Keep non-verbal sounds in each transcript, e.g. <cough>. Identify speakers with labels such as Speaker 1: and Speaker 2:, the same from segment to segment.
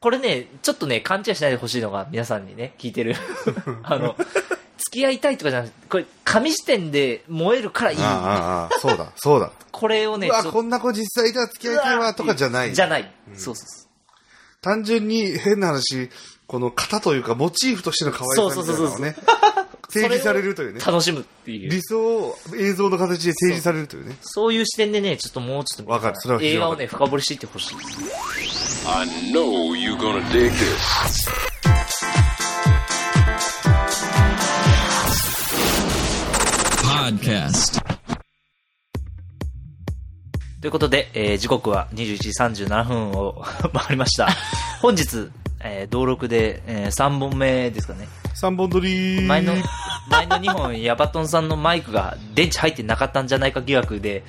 Speaker 1: これね、ちょっとね、勘違いしないでほしいのが、皆さんにね、聞いて
Speaker 2: <laughs>
Speaker 1: る。あの、付き合いたいとかじゃなくて、これ、紙視点で燃えるからいい。
Speaker 2: ああ、ああ、そうだ、そうだ。
Speaker 1: これをね、
Speaker 2: うわ、
Speaker 1: ちょっ
Speaker 2: こんな子実際いたら付き合いたいわとかじゃない。
Speaker 1: じゃない。そうそうそう。
Speaker 2: 単純に変な話、この型というかモチーフとしての可愛さみたいな
Speaker 1: そ
Speaker 2: の
Speaker 1: うそうそ
Speaker 2: を
Speaker 1: う
Speaker 2: ね、提示されるというね。
Speaker 1: 楽しむっていう
Speaker 2: 理。想を映像の形で提示されるというね。
Speaker 1: そういう視点でね、ちょっともうちょっと
Speaker 2: わかるそれは非常に
Speaker 1: 映画をね、深掘りしていってほしい。
Speaker 3: I know you're gonna dig this.
Speaker 1: ということで、えー時刻は21時37分を回りま
Speaker 2: <laughs>
Speaker 1: した。本日、えー、登録で、え3本目ですかね。
Speaker 2: 三本撮り。
Speaker 1: 前の、前の2本、ヤバトンさんのマイクが電池入ってなかったんじゃないか疑惑で、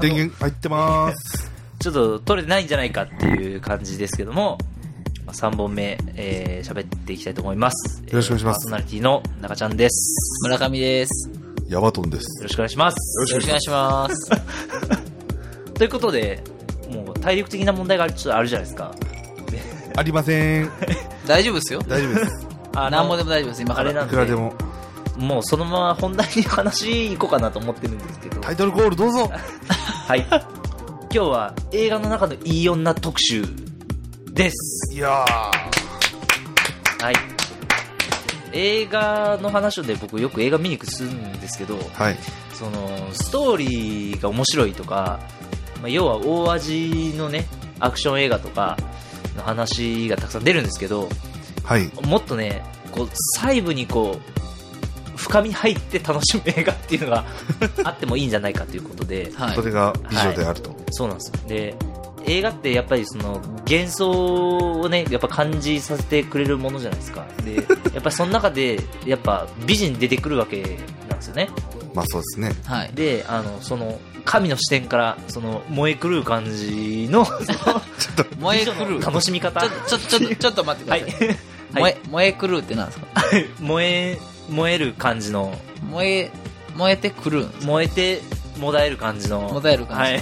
Speaker 2: 電源入ってます。
Speaker 1: ちょっと取れてないんじゃないかっていう感じですけども、3本目、えー、喋っていきたいと思います。よ
Speaker 2: ろしくお願いしま
Speaker 1: パーソ
Speaker 2: す
Speaker 1: ナリティの中ちゃんです。
Speaker 4: 村上です。よ
Speaker 2: ヤバトンです。
Speaker 1: よろしくお願いします。
Speaker 4: ろしくお願いします。
Speaker 1: ということで、もう体力的な問題がちょっとあるじゃないですか。
Speaker 2: ありません。
Speaker 4: <laughs> 大丈夫ですよ。
Speaker 2: 大丈夫です。
Speaker 1: あ
Speaker 4: なんぼでも大丈夫です、今
Speaker 1: あ
Speaker 4: か
Speaker 1: れ
Speaker 4: ら。
Speaker 1: ないん
Speaker 2: くら
Speaker 1: で
Speaker 2: で、も。
Speaker 1: もうそのまま本題に話いこうかなと思ってるんですけど、
Speaker 2: タイトルコールどうぞ。
Speaker 1: はい。今日は映画の中のいい女特集です。
Speaker 2: いや
Speaker 1: はい。映画の話をね、僕よく映画見に行くするんですけど、
Speaker 2: ー。はい。
Speaker 1: その、ストーリーが面白いとか、まあ、要は大味のね、アクション映画とかの話がたくさん出るんですけど、
Speaker 2: はい。
Speaker 1: もっとね、こう、細部にこう、深みに入って楽しむ映画っていうの <laughs> があってもいいんじゃないかということで、
Speaker 4: はい
Speaker 2: そ。れが以上であると。
Speaker 1: そうなんですよ。で、映画ってやっぱりその幻想をね、やっぱ感じさせてくれるものじゃないですか。 <laughs> で、やっぱりその中で、やっぱ美人出てくるわけなんですよね。
Speaker 2: まあそうですね。
Speaker 4: はい。
Speaker 1: で、あの、その、神の視点から、その、燃え狂う感じの、その
Speaker 4: 燃え狂う。
Speaker 1: 楽しみ方。
Speaker 4: ちょ、ちょ、ちょ、ちょっと待ってく
Speaker 1: は
Speaker 4: だ
Speaker 1: い
Speaker 4: <laughs> さい。。
Speaker 1: は
Speaker 4: 燃
Speaker 1: い
Speaker 4: え、燃え狂うってなんですか
Speaker 1: 燃え、燃える感じの、
Speaker 4: 燃え、燃えて狂うんです
Speaker 1: 燃えてもだえる感じの
Speaker 4: もだえる感じ
Speaker 1: はい、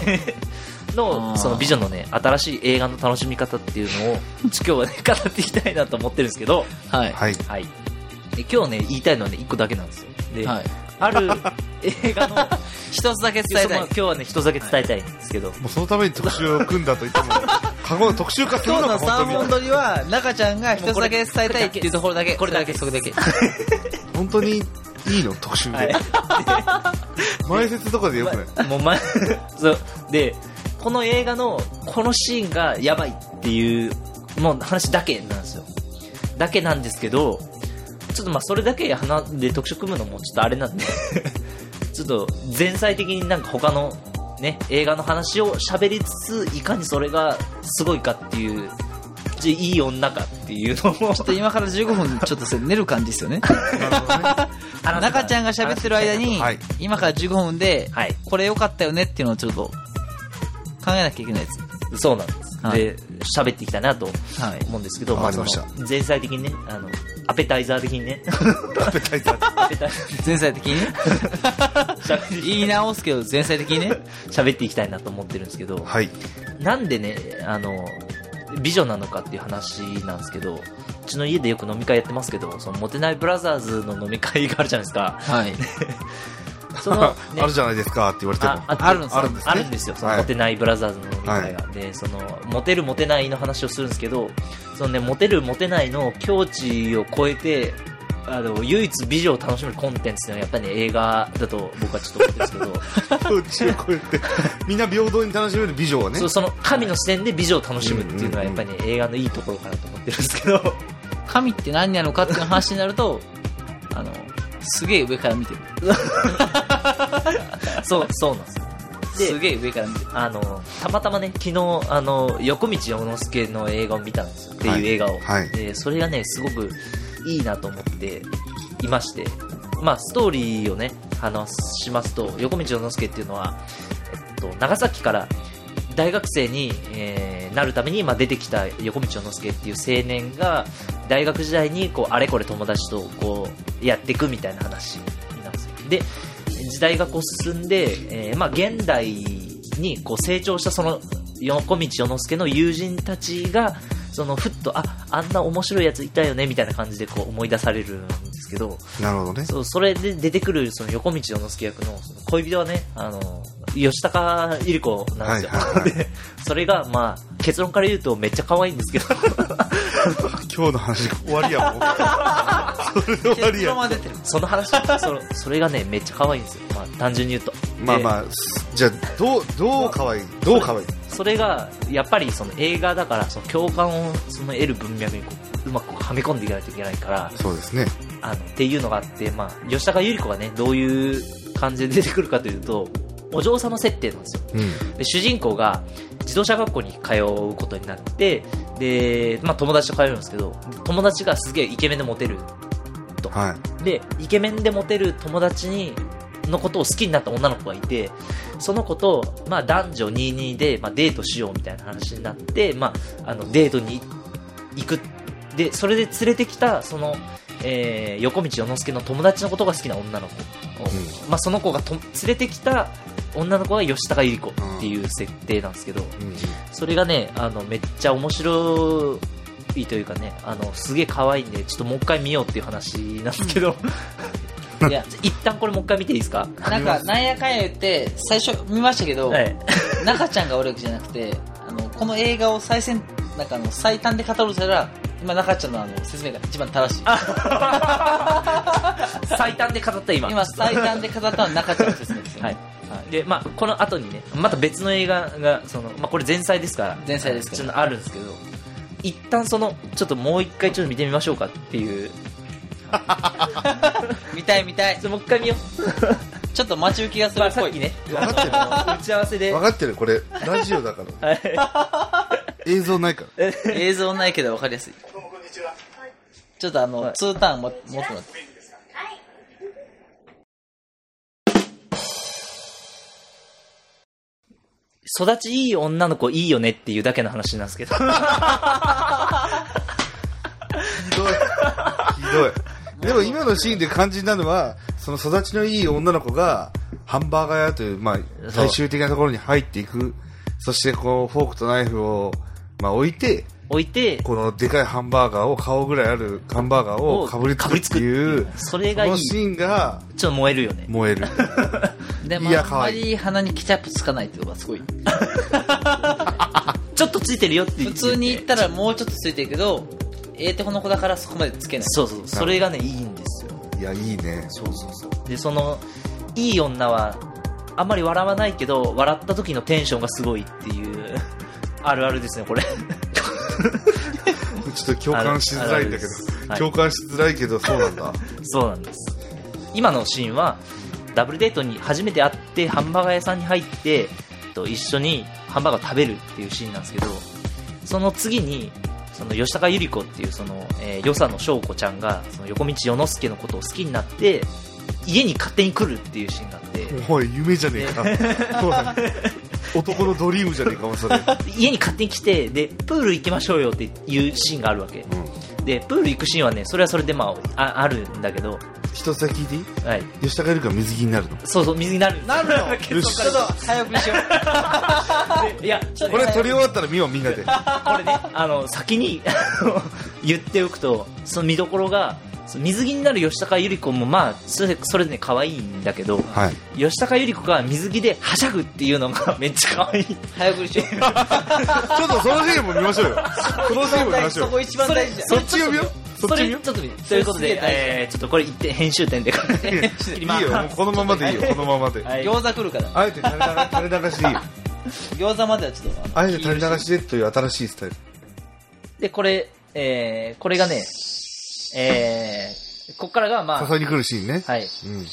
Speaker 1: の
Speaker 4: あー
Speaker 1: その美女のね新しい映画の楽しみ方っていうのを今日はね <laughs> 語っていきたいなと思ってるんですけど、
Speaker 4: かはい。
Speaker 2: はい。
Speaker 1: はい、で今日ね言いたいのはね1個だけなんですよで、
Speaker 4: はい。
Speaker 1: ある映画の
Speaker 4: 一つだけ伝え
Speaker 1: そうま
Speaker 4: た
Speaker 1: あ
Speaker 4: い
Speaker 1: 今。日はね一つだけ伝えたいんですけど、
Speaker 2: もうそのために特集を組んだと言っても、過言特集化する
Speaker 4: 今
Speaker 2: の
Speaker 4: 日
Speaker 2: か、
Speaker 4: の三
Speaker 2: 本
Speaker 4: 本
Speaker 2: 当に。
Speaker 4: 撮りは、中ちゃんが一つだけ伝えたいっていうところだけ。
Speaker 1: これだけ
Speaker 4: それだけ。
Speaker 2: 本当にいいの特集
Speaker 1: は
Speaker 2: で。前説とかでよくない
Speaker 1: い、もう前 <laughs> そうでこの映画のこのシーンがやばいっていうもう話だけなんですよだけなんですけどちょっとまあそれだけ話で特色組むのもちょっとあれなんで <laughs> ちょっと前菜的になんか他のね映画の話を喋りつついかにそれがすごいかっていうちょいい女かっていうのも
Speaker 4: ちょっと今から15分、ちょっとそれ寝る感じですよね。中ちゃんが喋ってる間に
Speaker 2: はい、
Speaker 4: 今から15分で
Speaker 1: はい、
Speaker 4: これ良かったよねっていうのをちょっと、考えなきゃいけないです。
Speaker 1: そうなんです、
Speaker 4: はい
Speaker 1: で喋っていきたいなと
Speaker 4: はい。
Speaker 1: 思うんですけど、
Speaker 2: わかりました
Speaker 1: あその前菜的にね、あの、アペタイザー的に
Speaker 2: <laughs>
Speaker 1: ね、
Speaker 2: アペタイザー
Speaker 1: アペタイザ
Speaker 4: 全体的にね。 <laughs>
Speaker 1: ー喋り
Speaker 4: 言い直すけど、全体的にね。
Speaker 1: <laughs> 喋っていきたいなと思ってるんですけど、
Speaker 2: はい。、
Speaker 1: なんでね、あの、美女なのかっていう話なんですけど、うちの家でよく飲み会やってますけど、そのモテないブラザーズの飲み会があるじゃないですか。
Speaker 4: はい。
Speaker 1: その
Speaker 2: <laughs> あるじゃないですかって言われても。
Speaker 1: あ
Speaker 4: あるんですよ
Speaker 1: あるんです,、
Speaker 2: ね
Speaker 1: あるんですよ、その
Speaker 2: はい
Speaker 1: モテないブラザーズの飲み会が、でそのモテるモテないの話をするんですけどその、ね、モテるモテないの境地を超えてあの唯一美女を楽しめるコンテンツっていうのはやっぱり、ね、映画だと僕はちょっと思ってるんですけど
Speaker 2: うちを超えて、みんな平等に楽しめる美女はね
Speaker 1: そ。うその神の視点で美女を楽しむっていうのはやっぱり、ね映画のいいところかなと思ってるんですけど
Speaker 4: 神って何なのかっていう話になると、あの、すげえ上から見てる。
Speaker 1: そうそうなんですよ
Speaker 4: すげえ上から見てる。
Speaker 1: あのたまたまね昨日あの横道世之助の映画を見たんですよって
Speaker 2: はいいう
Speaker 1: 映画を、
Speaker 2: はい
Speaker 1: でそれがねすごくいいなと思っていましてまあストーリーをね話しますと横道世之助っていうのは、えっと、長崎から大学生に、えーなるために、まあ、出てきた横道世之助っていう青年が大学時代にこうあれこれ友達とこうやっていくみたいな話なんですよで時代がこう進んで、えーまあ、現代にこう成長したその横道世之助の友人たちがそのふっとああんな面白いやついたよねみたいな感じでこう思い出されるんですけど
Speaker 2: なるほどね。
Speaker 1: そうそれで出てくるその横道洋之介役のその恋人はねあの吉高由里子なんですよ、
Speaker 2: はいはいはい
Speaker 1: でそれが、まあ、結論から言うとめっちゃ可愛いん
Speaker 2: <laughs>
Speaker 1: ですけど
Speaker 2: 今日の話終わりやもん。それで終わり
Speaker 4: 結
Speaker 2: や
Speaker 4: 論。は出てる。
Speaker 1: その話そのそれがねめっちゃ可愛いんですよ、まあ、単純に言うと
Speaker 2: まあ
Speaker 1: で
Speaker 2: まあ、じゃあ、どう、どう可愛いどう可愛い
Speaker 1: それがやっぱりその映画だからその共感をその得る文脈にこううまくはめ込んでいかないといけないから
Speaker 2: そうですね。
Speaker 1: あのっていうのがあって、まあ、吉高由里子がねどういう感じで出てくるかというとお嬢様設定なんですよ
Speaker 2: うん。
Speaker 1: で主人公が自動車学校に通うことになってで、まあ、友達と通うんですけど友達がすげえイケメンでモテる
Speaker 2: はい。
Speaker 1: でイケメンでモテる友達にのことを好きになった女の子がいてその子と、まあ、男女22で、まあ、デートしようみたいな話になって、まあ、あのデートに行くでそれで連れてきたその、えー横道世之助の友達のことが好きな女の子、
Speaker 2: う
Speaker 1: まあ、その子がと連れてきた女の子が吉高由里子っていう設定なんですけど、
Speaker 2: うん。
Speaker 1: それがねあのめっちゃ面白いというかねあのすげえ可愛いんでちょっともう一回見ようっていう話なんですけど、いや一旦これもう一回見ていいですか
Speaker 4: なんか、なんやかんや言って、最初見ましたけど、 <laughs>
Speaker 1: はい
Speaker 4: 中ちゃんが悪いわけじゃなくて、あの、この映画を最先、なんかあの、最短で語るとしたら、今中ちゃんのあの、説明が一番正しい。
Speaker 1: 最短で語った今
Speaker 4: 今、最短で語ったのは中ちゃんの説明ですよ、
Speaker 1: は
Speaker 4: ね。
Speaker 1: いはいでまあ、この後にねまた別の映画がその、まあ、これ前菜ですから
Speaker 4: 前菜ですから
Speaker 1: ちょっとあるんですけど一旦そのちょっともう一回ちょっと見てみましょうかっていうち
Speaker 4: 見たい見たい
Speaker 1: ょっ。ともう一回見よ
Speaker 4: ちょっと待ち受けがす
Speaker 1: う、
Speaker 4: る
Speaker 1: ま
Speaker 4: っ
Speaker 1: あ、さ
Speaker 4: ぽ
Speaker 1: っ
Speaker 4: い。
Speaker 1: きね
Speaker 2: 分かってるよ。
Speaker 1: 打ち合わせで
Speaker 2: 分かってる。これ、ラジオだから。
Speaker 1: はい
Speaker 2: 映像ないから。
Speaker 4: 映像ないけど分かりやすい。ちょっとあの、ツーターンも持ってもらって。
Speaker 1: 育ちいい女の子いいよねっていうだけの話なんですけど
Speaker 2: ひどい。ひどい。でも今のシーンで肝心なのは、その育ちのいい女の子が、ハンバーガー屋という、まあ、最終的なところに入っていく。そして、こう、フォークとナイフを、まあ、置いて、
Speaker 1: 置いて
Speaker 2: このでかいハンバーガーを、顔ぐらいあるハンバーガーをかぶりつくっていう、
Speaker 1: それ
Speaker 2: そ
Speaker 1: がいい
Speaker 2: の
Speaker 1: ち
Speaker 2: シ
Speaker 1: ょ
Speaker 2: ーンが
Speaker 1: っと燃えるよね
Speaker 2: 燃える。
Speaker 4: でも、
Speaker 2: いや
Speaker 4: あん
Speaker 2: 可
Speaker 4: ま
Speaker 2: 愛い
Speaker 4: り鼻にケチャップつかないっていうのがすごい。
Speaker 1: ちょっとついてるよって言
Speaker 4: 普
Speaker 1: って
Speaker 4: 通に言ったらもうちょっとついてるけど、ええてこの子だからそこまでつけない。
Speaker 1: そうそうそれがねいいんですよ
Speaker 2: いや、いいね。
Speaker 1: そうそうそうでそのいい女はあんまり笑わないけど笑った時のテンションがすごいっていうあるあるですねこれ
Speaker 2: ちょっと共感しづらいんだけ
Speaker 1: あるあるですは
Speaker 2: ど、
Speaker 1: い
Speaker 2: 共感しづらいけど、そうなんだ。
Speaker 1: そうなんです今のシーンはダブルデートに初めて会ってハンバーガー屋さんに入ってと一緒にハンバーガーを食べるっていうシーンなんですけどその次にその吉高由里子っていうその、えー、よさの翔子ちゃんがその横道世之助のことを好きになって家に勝手に来るっていうシーンがあって
Speaker 2: おい、夢じゃねえか。おい男のドリームじゃねえか、もう
Speaker 1: <laughs>
Speaker 2: それ。
Speaker 1: 家に勝手に来てでプール行きましょうよっていうシーンがあるわけ
Speaker 2: うん
Speaker 1: でプール行くシーンはねそれはそれでまあああるんだけど、
Speaker 2: 一つだけ聞いていい
Speaker 1: はい、
Speaker 2: 吉高由里子は水着になるの
Speaker 1: そうそう水になるなるの
Speaker 4: ちょっと早送りしよう。
Speaker 1: <laughs> いやちょっと
Speaker 2: これ撮り終わったら見ようみんなで
Speaker 1: こ
Speaker 2: <laughs>
Speaker 1: れねあの先にあの言っておくとその見どころがその水着になる吉高由里子もまあそれそれでね可愛いんだけど
Speaker 2: はい
Speaker 1: 吉高由里子が水着ではしゃぐっていうのが <laughs> めっちゃ可愛い
Speaker 4: 早送りしよう。
Speaker 2: ちょっとそのシーンも見ましょうよこのシーンも
Speaker 1: <laughs>
Speaker 2: 見ましょ
Speaker 4: そこ
Speaker 2: う
Speaker 4: 一番大事じゃん。
Speaker 2: そっち読みよそっ
Speaker 1: そ
Speaker 2: ち
Speaker 1: れ
Speaker 2: 読み
Speaker 1: ちょっと
Speaker 2: よ
Speaker 1: 見てということ
Speaker 4: そ
Speaker 1: で
Speaker 4: れすげえ、大事
Speaker 1: えーちょっとこれ一点編集点で
Speaker 2: <laughs> いいよもうこのままでいいよこのままで
Speaker 1: はい
Speaker 4: 餃子来るから。
Speaker 2: あえて垂れ流垂れ流しでいいよ
Speaker 4: 餃子まではちょっと。
Speaker 2: あえて垂れ流しでという新しいスタイル
Speaker 1: <laughs> で、これ、えー、これがね、えー、こっからが、まあ、
Speaker 2: 誘いに来るシーンね
Speaker 1: はい。
Speaker 2: うん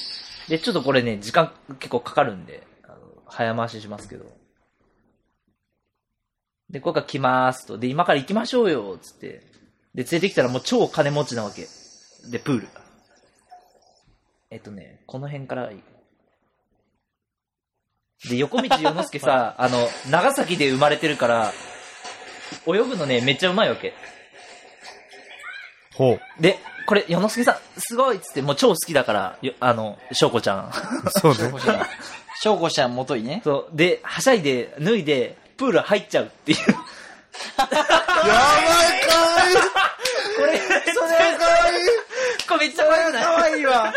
Speaker 1: で、ちょっとこれね、時間結構かかるんで、あの早回ししますけど。で、ここから来ますと。で、今から行きましょうよ、つって。で、連れてきたらもう超金持ちなわけ。で、プール。えっとね、この辺からがいいで、横道世之助さ、あの、長崎で生まれてるから、泳ぐのね、めっちゃうまいわけ。
Speaker 2: ほ
Speaker 1: で、これ、世之助さん、すごいっつって、もう超好きだから、よあの、翔子ちゃん。
Speaker 2: うそうね
Speaker 4: 翔子ちゃんもといね。
Speaker 1: そう。で、はしゃいで、脱いで、プール入っちゃうっていう。
Speaker 2: やばいかい
Speaker 1: これ、
Speaker 2: それかい
Speaker 1: これめっちゃ悪くない
Speaker 4: 可愛いわ。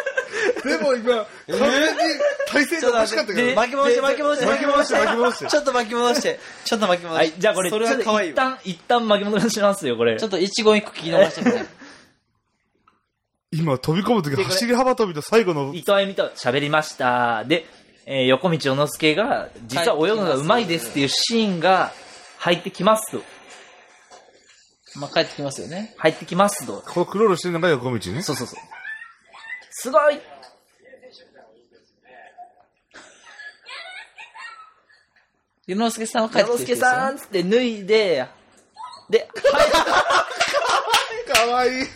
Speaker 2: でも今、完全に体勢がおかしかったけ
Speaker 1: で
Speaker 2: ど、
Speaker 4: 巻き戻して、
Speaker 1: で
Speaker 4: 巻き戻して、
Speaker 2: 巻き戻して巻き戻して
Speaker 4: ちょっと巻き戻して、ちょっと巻き戻
Speaker 1: は
Speaker 4: して。
Speaker 1: い、じゃあこれ、
Speaker 4: それは
Speaker 1: ちょっと
Speaker 4: 可愛い
Speaker 1: 一
Speaker 4: わ。
Speaker 1: 旦、一旦巻き戻しますよ、これ。
Speaker 4: ちょっと一言一句聞き逃してくれ。
Speaker 2: 今飛び込むとき
Speaker 1: でこれ
Speaker 2: 走り幅跳びの最後の
Speaker 1: 伊、藤あゆみと喋りました。で、えー横道小之助が、実は泳ぐのがうまいですっていうシーンが入ってきますと。
Speaker 4: まあ帰ってきますよね。
Speaker 1: 入ってきますと。
Speaker 2: こうクロールしてるのが横道ね。
Speaker 1: そうそうそう。すごい
Speaker 4: ゆのすけさんは帰
Speaker 1: 小
Speaker 4: って
Speaker 1: 之
Speaker 4: きて
Speaker 1: 助
Speaker 4: る人ですよね
Speaker 1: さんっつって脱いで、で、
Speaker 2: かわいい。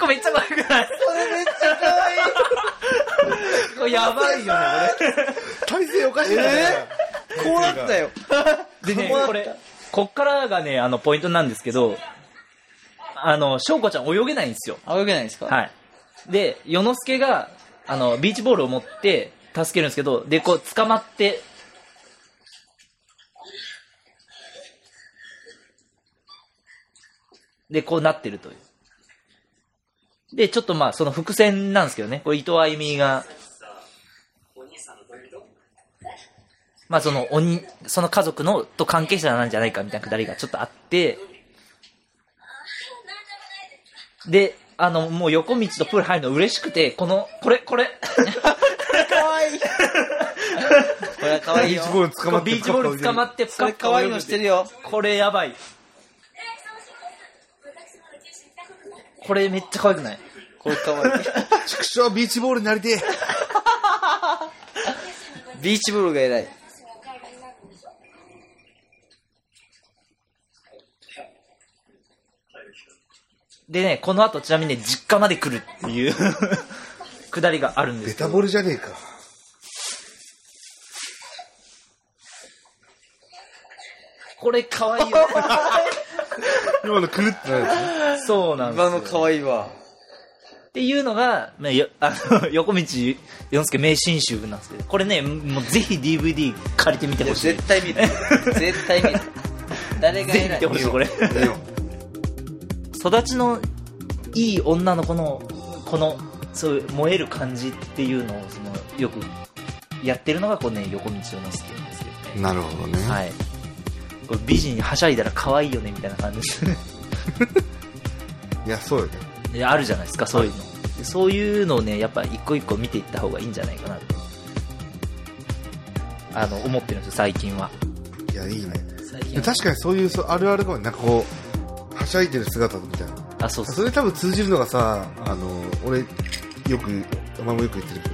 Speaker 1: これめっちゃ悪くない
Speaker 4: これめっちゃ可愛い。
Speaker 1: これやばいよね、
Speaker 2: 体勢おかしいね。
Speaker 4: こうなったよ。
Speaker 1: これ。でね
Speaker 4: こうな、った
Speaker 1: これ、こっからがね、あの、ポイントなんですけど、あの、翔子ちゃん泳げないんですよ。
Speaker 4: あ、泳げないですかい。
Speaker 1: はい。で、与之助が、あの、ビーチボールを持って、助けるんですけど、で、こう、捕まって、で、こうなってるという。で、ちょっとまあ、その伏線なんですけどね、これ、伊藤あゆみが、まあ、その、鬼、その家族の、と関係者なんじゃないかみたいなくだりがちょっとあって、で、あの、もう横道とプール入るの嬉しくて、この、これ、これ、
Speaker 4: 可愛い。これは可愛い
Speaker 2: ビ
Speaker 4: よ
Speaker 2: ー。チボール
Speaker 1: <laughs>
Speaker 2: 捕まって、
Speaker 1: ビーチボール捕ま
Speaker 2: って。
Speaker 1: って、
Speaker 4: それ可愛いのしてるよ。
Speaker 1: これやばい。これめっちゃ可愛くない
Speaker 4: これ可愛い。
Speaker 2: 畜生、ビーチボールになりてえ。
Speaker 4: ビーチボールが偉い。
Speaker 1: でね、この後ちなみにね、実家まで来るっていう、 <laughs> くだりがあるんで
Speaker 2: ベ
Speaker 1: すけ
Speaker 2: タ
Speaker 1: ど。
Speaker 2: ボールじゃねえか。
Speaker 1: これ可愛いよ、
Speaker 4: <laughs>
Speaker 1: ね。
Speaker 2: 今のくるってなるやつね
Speaker 1: そうなんです
Speaker 4: 今
Speaker 1: よ。
Speaker 4: の可愛いわ。
Speaker 1: っていうのが、まあ、よ <laughs> あの横道四助名信集なんですけど、これね、もうぜひ DVD 借りてみてほしい。
Speaker 4: 絶対見る。絶対見る。誰が
Speaker 1: ぜひ見
Speaker 4: 偉い
Speaker 1: てほしい、これ。
Speaker 2: 見よ
Speaker 1: 育ちのいい女の子のこのそういう燃える感じっていうのをそのよくやってるのがこうね横道をのすけなんですけど
Speaker 2: う
Speaker 1: ね
Speaker 2: なるほどね。
Speaker 1: はいこれ美人にはしゃいだら可愛いよねみたいな感じ
Speaker 2: いや、そうよね。
Speaker 1: で <laughs> あるじゃないですかそういうのでそういうのをねやっぱ一個一個見ていった方がいいんじゃないかなとあの思ってるんですよ最近はい
Speaker 2: や、いいね。
Speaker 4: 最
Speaker 2: で
Speaker 4: 近は
Speaker 2: 確かにそういうそうあるあるかもねなんかこう、はしゃいでる姿みたいな。
Speaker 1: <laughs> あそうそ
Speaker 2: そうれ多分通じるのがさ、あの、俺、よく、お前もよく言ってるけ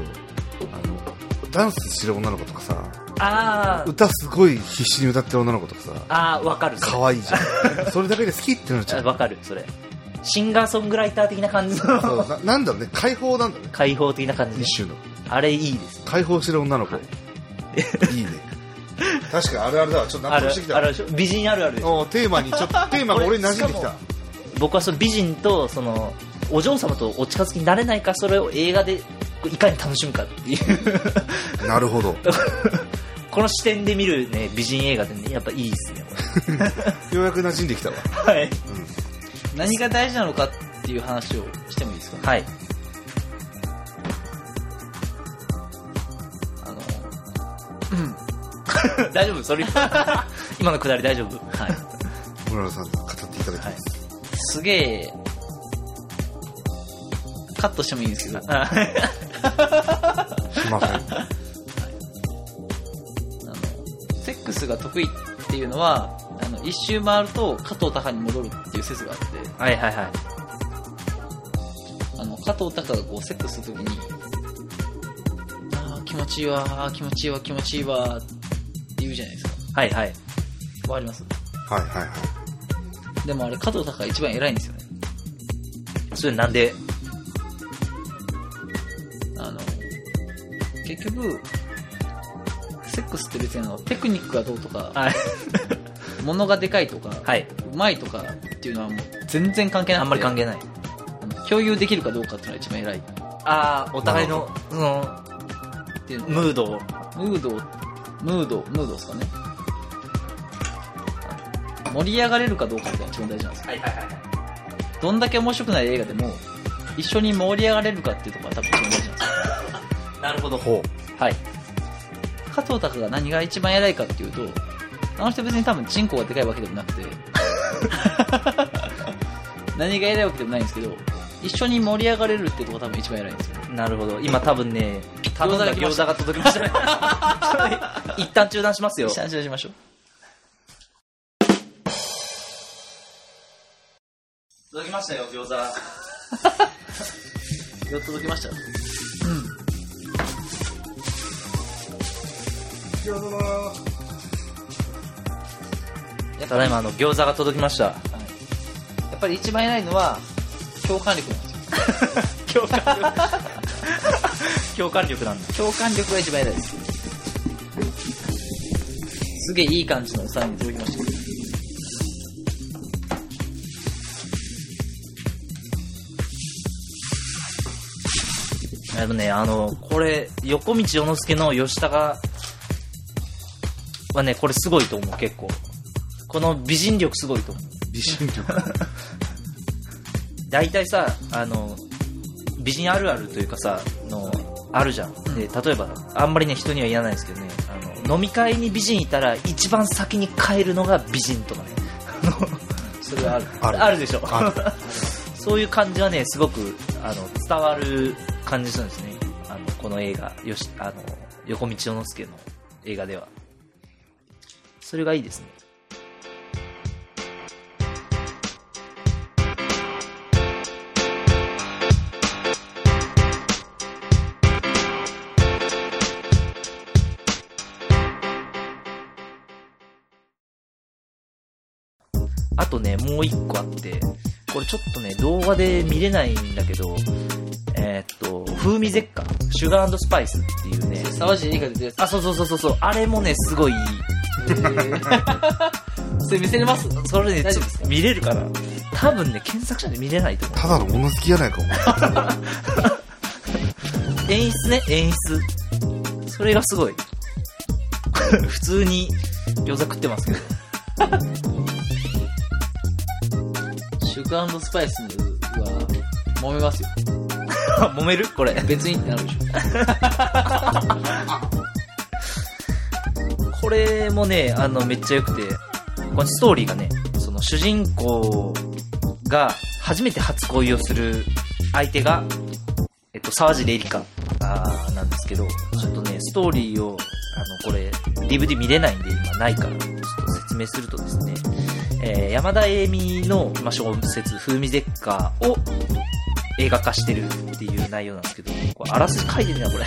Speaker 2: ど、あの、ダンスしてる女の子とかさ、
Speaker 1: あー
Speaker 2: 歌すごい必死に歌ってる女の子とかさ、
Speaker 1: あーわかるそれ
Speaker 2: 可愛いじゃん。それだけで好きってなっちゃ
Speaker 1: あ <laughs>
Speaker 2: う。
Speaker 1: わかるそれシンガーソングライター的な感じの
Speaker 2: そうななんだろうね、解放なんだね。
Speaker 1: 開放的な感じで
Speaker 2: 一種の。
Speaker 1: あれいいです
Speaker 2: 解放してる女の子。
Speaker 1: はい
Speaker 2: い、いね。確かにあるあるだわ。ちょっと
Speaker 1: あ
Speaker 2: 納
Speaker 1: る
Speaker 2: 得してき
Speaker 1: あ
Speaker 2: た
Speaker 1: る。でしょ美人あるあるです
Speaker 2: おテーマに、ちょっと、テーマが俺に馴染んできた。
Speaker 1: 僕はその美人とそのお嬢様とお近づきになれないかそれを映画でいかに楽しむかっていう <laughs>
Speaker 2: なるほ <laughs> ど。
Speaker 1: この視点で見る、ね、美人映画でねやっぱいいですね
Speaker 2: ようやく馴染んできたわ。
Speaker 1: これはい、
Speaker 4: 何が大事なのかっていう話をしてもいいですか
Speaker 1: はい、
Speaker 4: あの、
Speaker 1: <laughs> 大丈夫それ <laughs> 今のくだり大丈夫はい
Speaker 2: 村野さん、語っていただきます。
Speaker 4: すげえ、カットしてもいいんですけど、あ
Speaker 1: あ
Speaker 2: すいません。
Speaker 4: の、セックスが得意っていうのは、あの、一周回ると加藤隆に戻るっていう説があって、
Speaker 1: はいはいはい
Speaker 4: あの、加藤隆がこう、セックスするときに、あー気持ちいいわー、気持ちいいわ、気持ちいいわーって言うじゃないですか。
Speaker 1: はいはい
Speaker 4: わかります
Speaker 2: はいはいはい。
Speaker 4: でもあれ、加藤隆が一番偉いんですよね。
Speaker 1: それなんで
Speaker 4: あの、結局、セックスって別にあのテクニックがどうとか、
Speaker 1: はい、
Speaker 4: 物がでかいとか、
Speaker 1: はい、
Speaker 4: うまいとかっていうのはもう全然関係なく
Speaker 1: あ
Speaker 4: て
Speaker 1: んまり関係ない
Speaker 4: 共有できるかどうかっていうのが一番偉いっ
Speaker 1: ああお互いのその
Speaker 4: ていうの
Speaker 1: ムードを
Speaker 4: ムードをムードムードですかね盛り上がれるかどうかって一番大事なんですよ
Speaker 1: はいはいはいはい
Speaker 4: どんだけ面白くない映画でも一緒に盛り上がれるかっていうところが多分一番大事なんですよ
Speaker 1: なるほどほ
Speaker 4: はい加藤隆が何が一番偉いかっていうとあの人別に多分人口がでかいわけでもなく <laughs> て何が偉いわけでもないんですけど一緒に盛り上がれるってとこが多分一番偉いんですよ
Speaker 1: うなるほど今多分ね頼んだ
Speaker 4: 餃
Speaker 1: 餃
Speaker 4: 子
Speaker 1: 子
Speaker 4: が
Speaker 1: が届きましたね一旦中断しますよ
Speaker 4: 一緒に話しましょう
Speaker 1: 届きましたよ <laughs> 餃子
Speaker 4: やっと届きました
Speaker 1: ただいまあの餃子が届きました
Speaker 4: やっぱり一番偉いのは共感力なんですよ
Speaker 1: 共感力共感力なんだ
Speaker 4: 共感力が一番偉いですすげえいい感じのお皿に届きましたよ
Speaker 1: でもねあのこれ横道世之助の吉高はねこれすごいと思う結構この美人力すごいと思う
Speaker 2: 美人力。
Speaker 1: 大体さあの美人あるあるというかさのあるじゃん、で例えばあんまりね人には言わないですけどねあの飲み会に美人いたら一番先に帰るのが美人とかね
Speaker 4: それはある
Speaker 1: あ
Speaker 2: あ
Speaker 1: る
Speaker 2: る
Speaker 1: でしょ
Speaker 2: あ
Speaker 1: そういう感じはねすごくあの伝わる感じするんですねあのこの映画よしあの横道世之助の映画ではそれがいいですねあとね、もう一個あって、これちょっとね、動画で見れないんだけど、えーっと、風味絶果、シュガースパイスっていうね、
Speaker 4: 沢尻理香で出るやつ
Speaker 1: あ、そうそうそうそうそう、あれもね、すごいいい。
Speaker 4: それ見せれます
Speaker 1: それね、
Speaker 4: 大
Speaker 1: ち
Speaker 4: 丈
Speaker 1: ょ
Speaker 4: 夫です
Speaker 1: っ
Speaker 4: か
Speaker 1: と見れるかな多分ね、検索者で見れないと思う。
Speaker 2: ただの物好きやないか、お前。
Speaker 1: 演出ね、演出。それがすごい。 <laughs> 普通に餃子食ってますけど。 <laughs>
Speaker 4: シュガースパイスは揉めますよ
Speaker 1: 揉めるこれ。
Speaker 4: 別にってなるでし
Speaker 1: これもね、あの、めっちゃ良くて、このストーリーがね、その主人公が初めて初恋をする相手が、えっと、沢尻エリカあーなんですけど、ちょっとね、ストーリーを、あの、これ、DVD 見れないんで今ないから、ちょっと説明するとですね、えー山田栄美の、まあ、小説、風味絶果を映画化してるっていう内容なんですけど、これあらすじ書いてんねな、これ。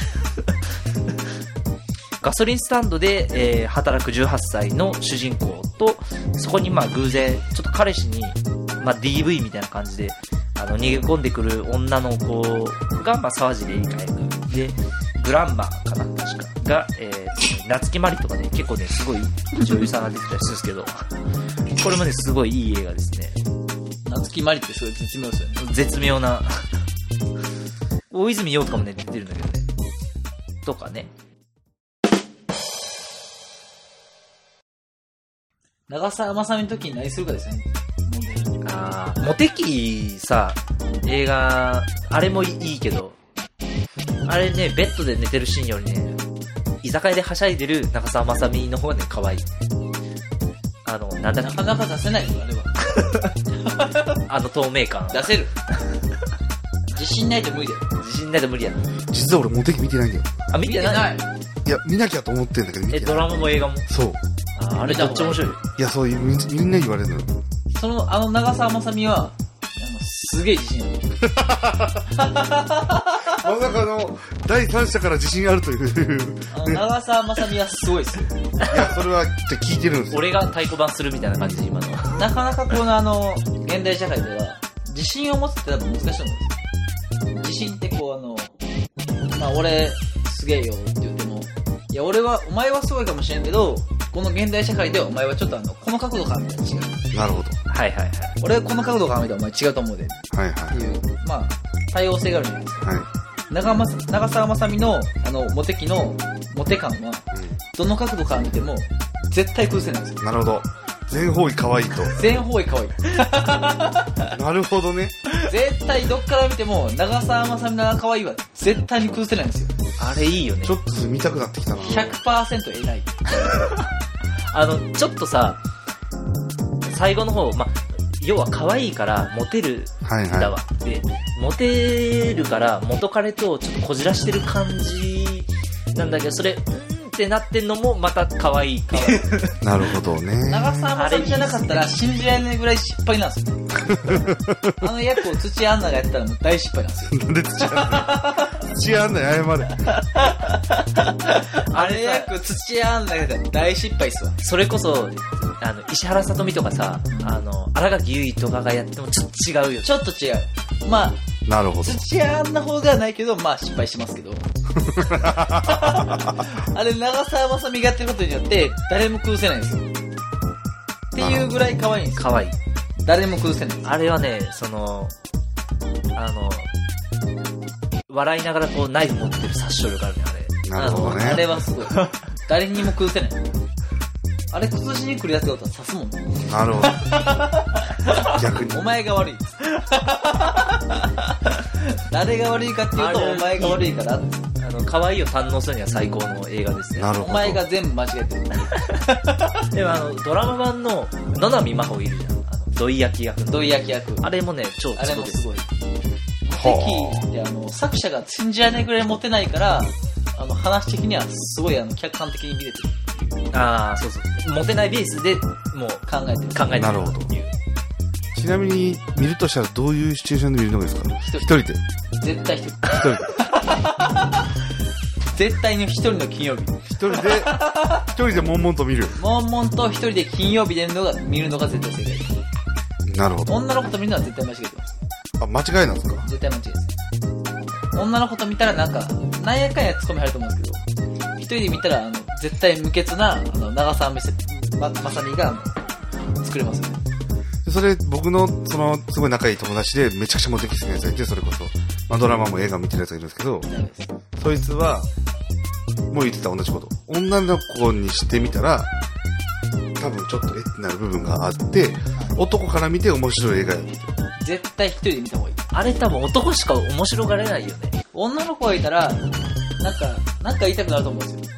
Speaker 1: ガソリンスタンドで、えー働く18歳の主人公と、そこにまあ偶然、ちょっと彼氏に、まあ DV みたいな感じで、あの、逃げ込んでくる女の子が、まあ沢尻エリカ役で、グランマかな、確か、が、えー、夏木マリとかね、結構ね、すごい女優さんが出てたりするんですけど、これ <laughs> もね、すごいいい映画ですね。
Speaker 4: ょ夏木マリってすごい絶妙ですよね
Speaker 1: 絶妙な大泉洋とかもね出てるんだけどねとかね
Speaker 4: 長澤まさみの時に何するかですね問題
Speaker 1: ああモテキさ映画あれもいいけどあれねベッドで寝てるシーンよりね居酒屋ではしゃいでる中澤まさみの方がね可愛いあのなんだっ
Speaker 4: な
Speaker 1: け
Speaker 4: かなか出せないよあれは
Speaker 1: あの透明感
Speaker 4: 出せる <laughs> 自信ないと無理だよ
Speaker 1: 自信ないと無理や
Speaker 2: 実は俺モテキ見てないんだよ。
Speaker 1: あ見てない
Speaker 4: 見てない
Speaker 2: いや、見なきゃと思ってんだけど、見
Speaker 1: え
Speaker 2: て
Speaker 1: ド
Speaker 2: な
Speaker 1: ラ
Speaker 2: い。
Speaker 1: マも映画も
Speaker 2: そう。
Speaker 1: あーあれどっちも面白い
Speaker 2: いや、そういう、みみんなに言われるのよ。
Speaker 4: そのあの長澤まさみはあのすげえ自信ある
Speaker 2: まさかの、第三者から自信あると <laughs> いう。
Speaker 4: あの長澤まさみはすごいですよ
Speaker 2: いや、それは、って聞いてるんですよ。
Speaker 1: 俺が太鼓判するみたいな感じ今のは
Speaker 4: なかなかこのあの、現代社会では、自信を持つって多分難しいと思うんですよ。自信ってこうあの、まあ俺、すげえよって言っても、いや俺は、お前はすごいかもしれんけど、この現代社会ではお前はちょっとあの、この角度からみたいな違う。
Speaker 2: なるほど。
Speaker 1: はいはいはい
Speaker 4: 俺はこの角度から見たらお前違うと思うで。っ
Speaker 2: はい
Speaker 4: て
Speaker 2: は
Speaker 4: いう、まあ、多様性があるじゃないですか。
Speaker 2: い。はい。
Speaker 4: 長ま長澤まさみの、あの、モテ期の、モテ感は、
Speaker 2: う
Speaker 4: どの角度から見ても、絶対崩せないんですよ。
Speaker 2: んなるほど。全方位可愛いと。
Speaker 4: <laughs> 全方位可愛い。
Speaker 2: なるほどね。
Speaker 4: 絶対どっから見ても、長澤まさみのが可愛いは絶対に崩せないんですよ。
Speaker 1: あれいいよね
Speaker 2: ちょっと見たくなってきたな。
Speaker 4: 100%偉い。
Speaker 1: あのちょっとさ最後の方まあ要は可愛いからモテる
Speaker 2: はい
Speaker 1: んだ
Speaker 2: は
Speaker 1: わでモテるから元彼とちょっとこじらしてる感じなんだけどそれうんってなってんのもまた可愛いって
Speaker 2: <laughs>
Speaker 1: いう
Speaker 2: い。なるほどね。
Speaker 4: 長澤まさみじゃなかったら信じられないぐらい失敗なんですよ。あの役を土屋アンナがやったらもう大失敗なんですよ。
Speaker 2: なんで土屋アンナ土屋アンナに謝れ。
Speaker 4: あれ役土屋アンナがやったら大失敗っすわ。
Speaker 1: それこそあの石原さとみとかさあの新垣結衣とかがやってもちょっと違うよね
Speaker 4: ちょっと違う。まあ、
Speaker 2: なるほど。
Speaker 4: 土屋アンナほどではないけど、まあ失敗してます
Speaker 2: <laughs>
Speaker 4: けど。あれ長澤まさみがやってることによって、誰も崩せないんですよ。っていうぐらい可愛いんですよ。
Speaker 1: 可愛い
Speaker 4: 誰も崩せないんですよ。
Speaker 1: あれはね、その、あの、笑いながらこうナイフ持ってる殺傷力あるね、
Speaker 2: なるほど
Speaker 4: あれ
Speaker 2: ね。
Speaker 4: はすごい。誰にも崩せない。あれ崩しに来るやつだったら刺すもんね。
Speaker 2: なるほど。逆に。
Speaker 4: お前
Speaker 2: <laughs>
Speaker 4: が悪いです誰が悪いかっていうと
Speaker 1: あれ
Speaker 4: お前が悪いから
Speaker 1: あれ。あの、可愛いを堪能するには最高の映画ですね。
Speaker 2: なるほ
Speaker 4: お
Speaker 2: ど。
Speaker 4: 前が全部間違えてる
Speaker 1: でもあの、ドラマ版の、野波真帆いるじゃん。あの、土井焼役の。
Speaker 4: 土井焼役
Speaker 1: あれもね、超
Speaker 4: あれもすごい
Speaker 2: はあ
Speaker 4: 敵ってあの作者が信じられないぐらいモテないからあの話的にはすごいあの客観的に見れてる
Speaker 1: ああ、そうそう。モテないベースでもう
Speaker 4: 考えて
Speaker 1: 考
Speaker 4: る
Speaker 1: えて
Speaker 2: なるほど
Speaker 1: っていう
Speaker 2: ちなみに、見るとしたらどういうシチュエーションで見るのがいいですか
Speaker 4: 一人
Speaker 2: 一人で。
Speaker 4: 絶対一人
Speaker 2: 一人で。
Speaker 4: 絶対に一人の金曜日
Speaker 2: 一人で、一人で悶々と見る。
Speaker 4: 悶々と一人で金曜日で見るのが見るのが絶対正解
Speaker 2: なるほど。
Speaker 4: 女の子と見るのは絶対間違えてます
Speaker 2: あ、間違いなんですか
Speaker 4: 絶対間違いです女の子と見たらなんかなんやかんやツッコミ入ると思うんですけど一人で見たらあの絶対無欠なあの長澤まさままさみがあの作れますよね
Speaker 2: でそれ、僕の、その、すごい仲いい友達で、めちゃくちゃモテキスのやつがいて、それこそ、まあ、ドラマも映画も見てるやつがいるんですけど、
Speaker 4: ダメです
Speaker 2: そいつは、もう言ってた同じこと。女の子にしてみたら、多分ちょっとえってなる部分があって、男から見て面白い映画やって。
Speaker 4: 絶対一人で見た方がいい
Speaker 1: あれ多分男しか面白がれないよね。
Speaker 4: 女の子がいたらなんかなんか言いたくなると思うんですよ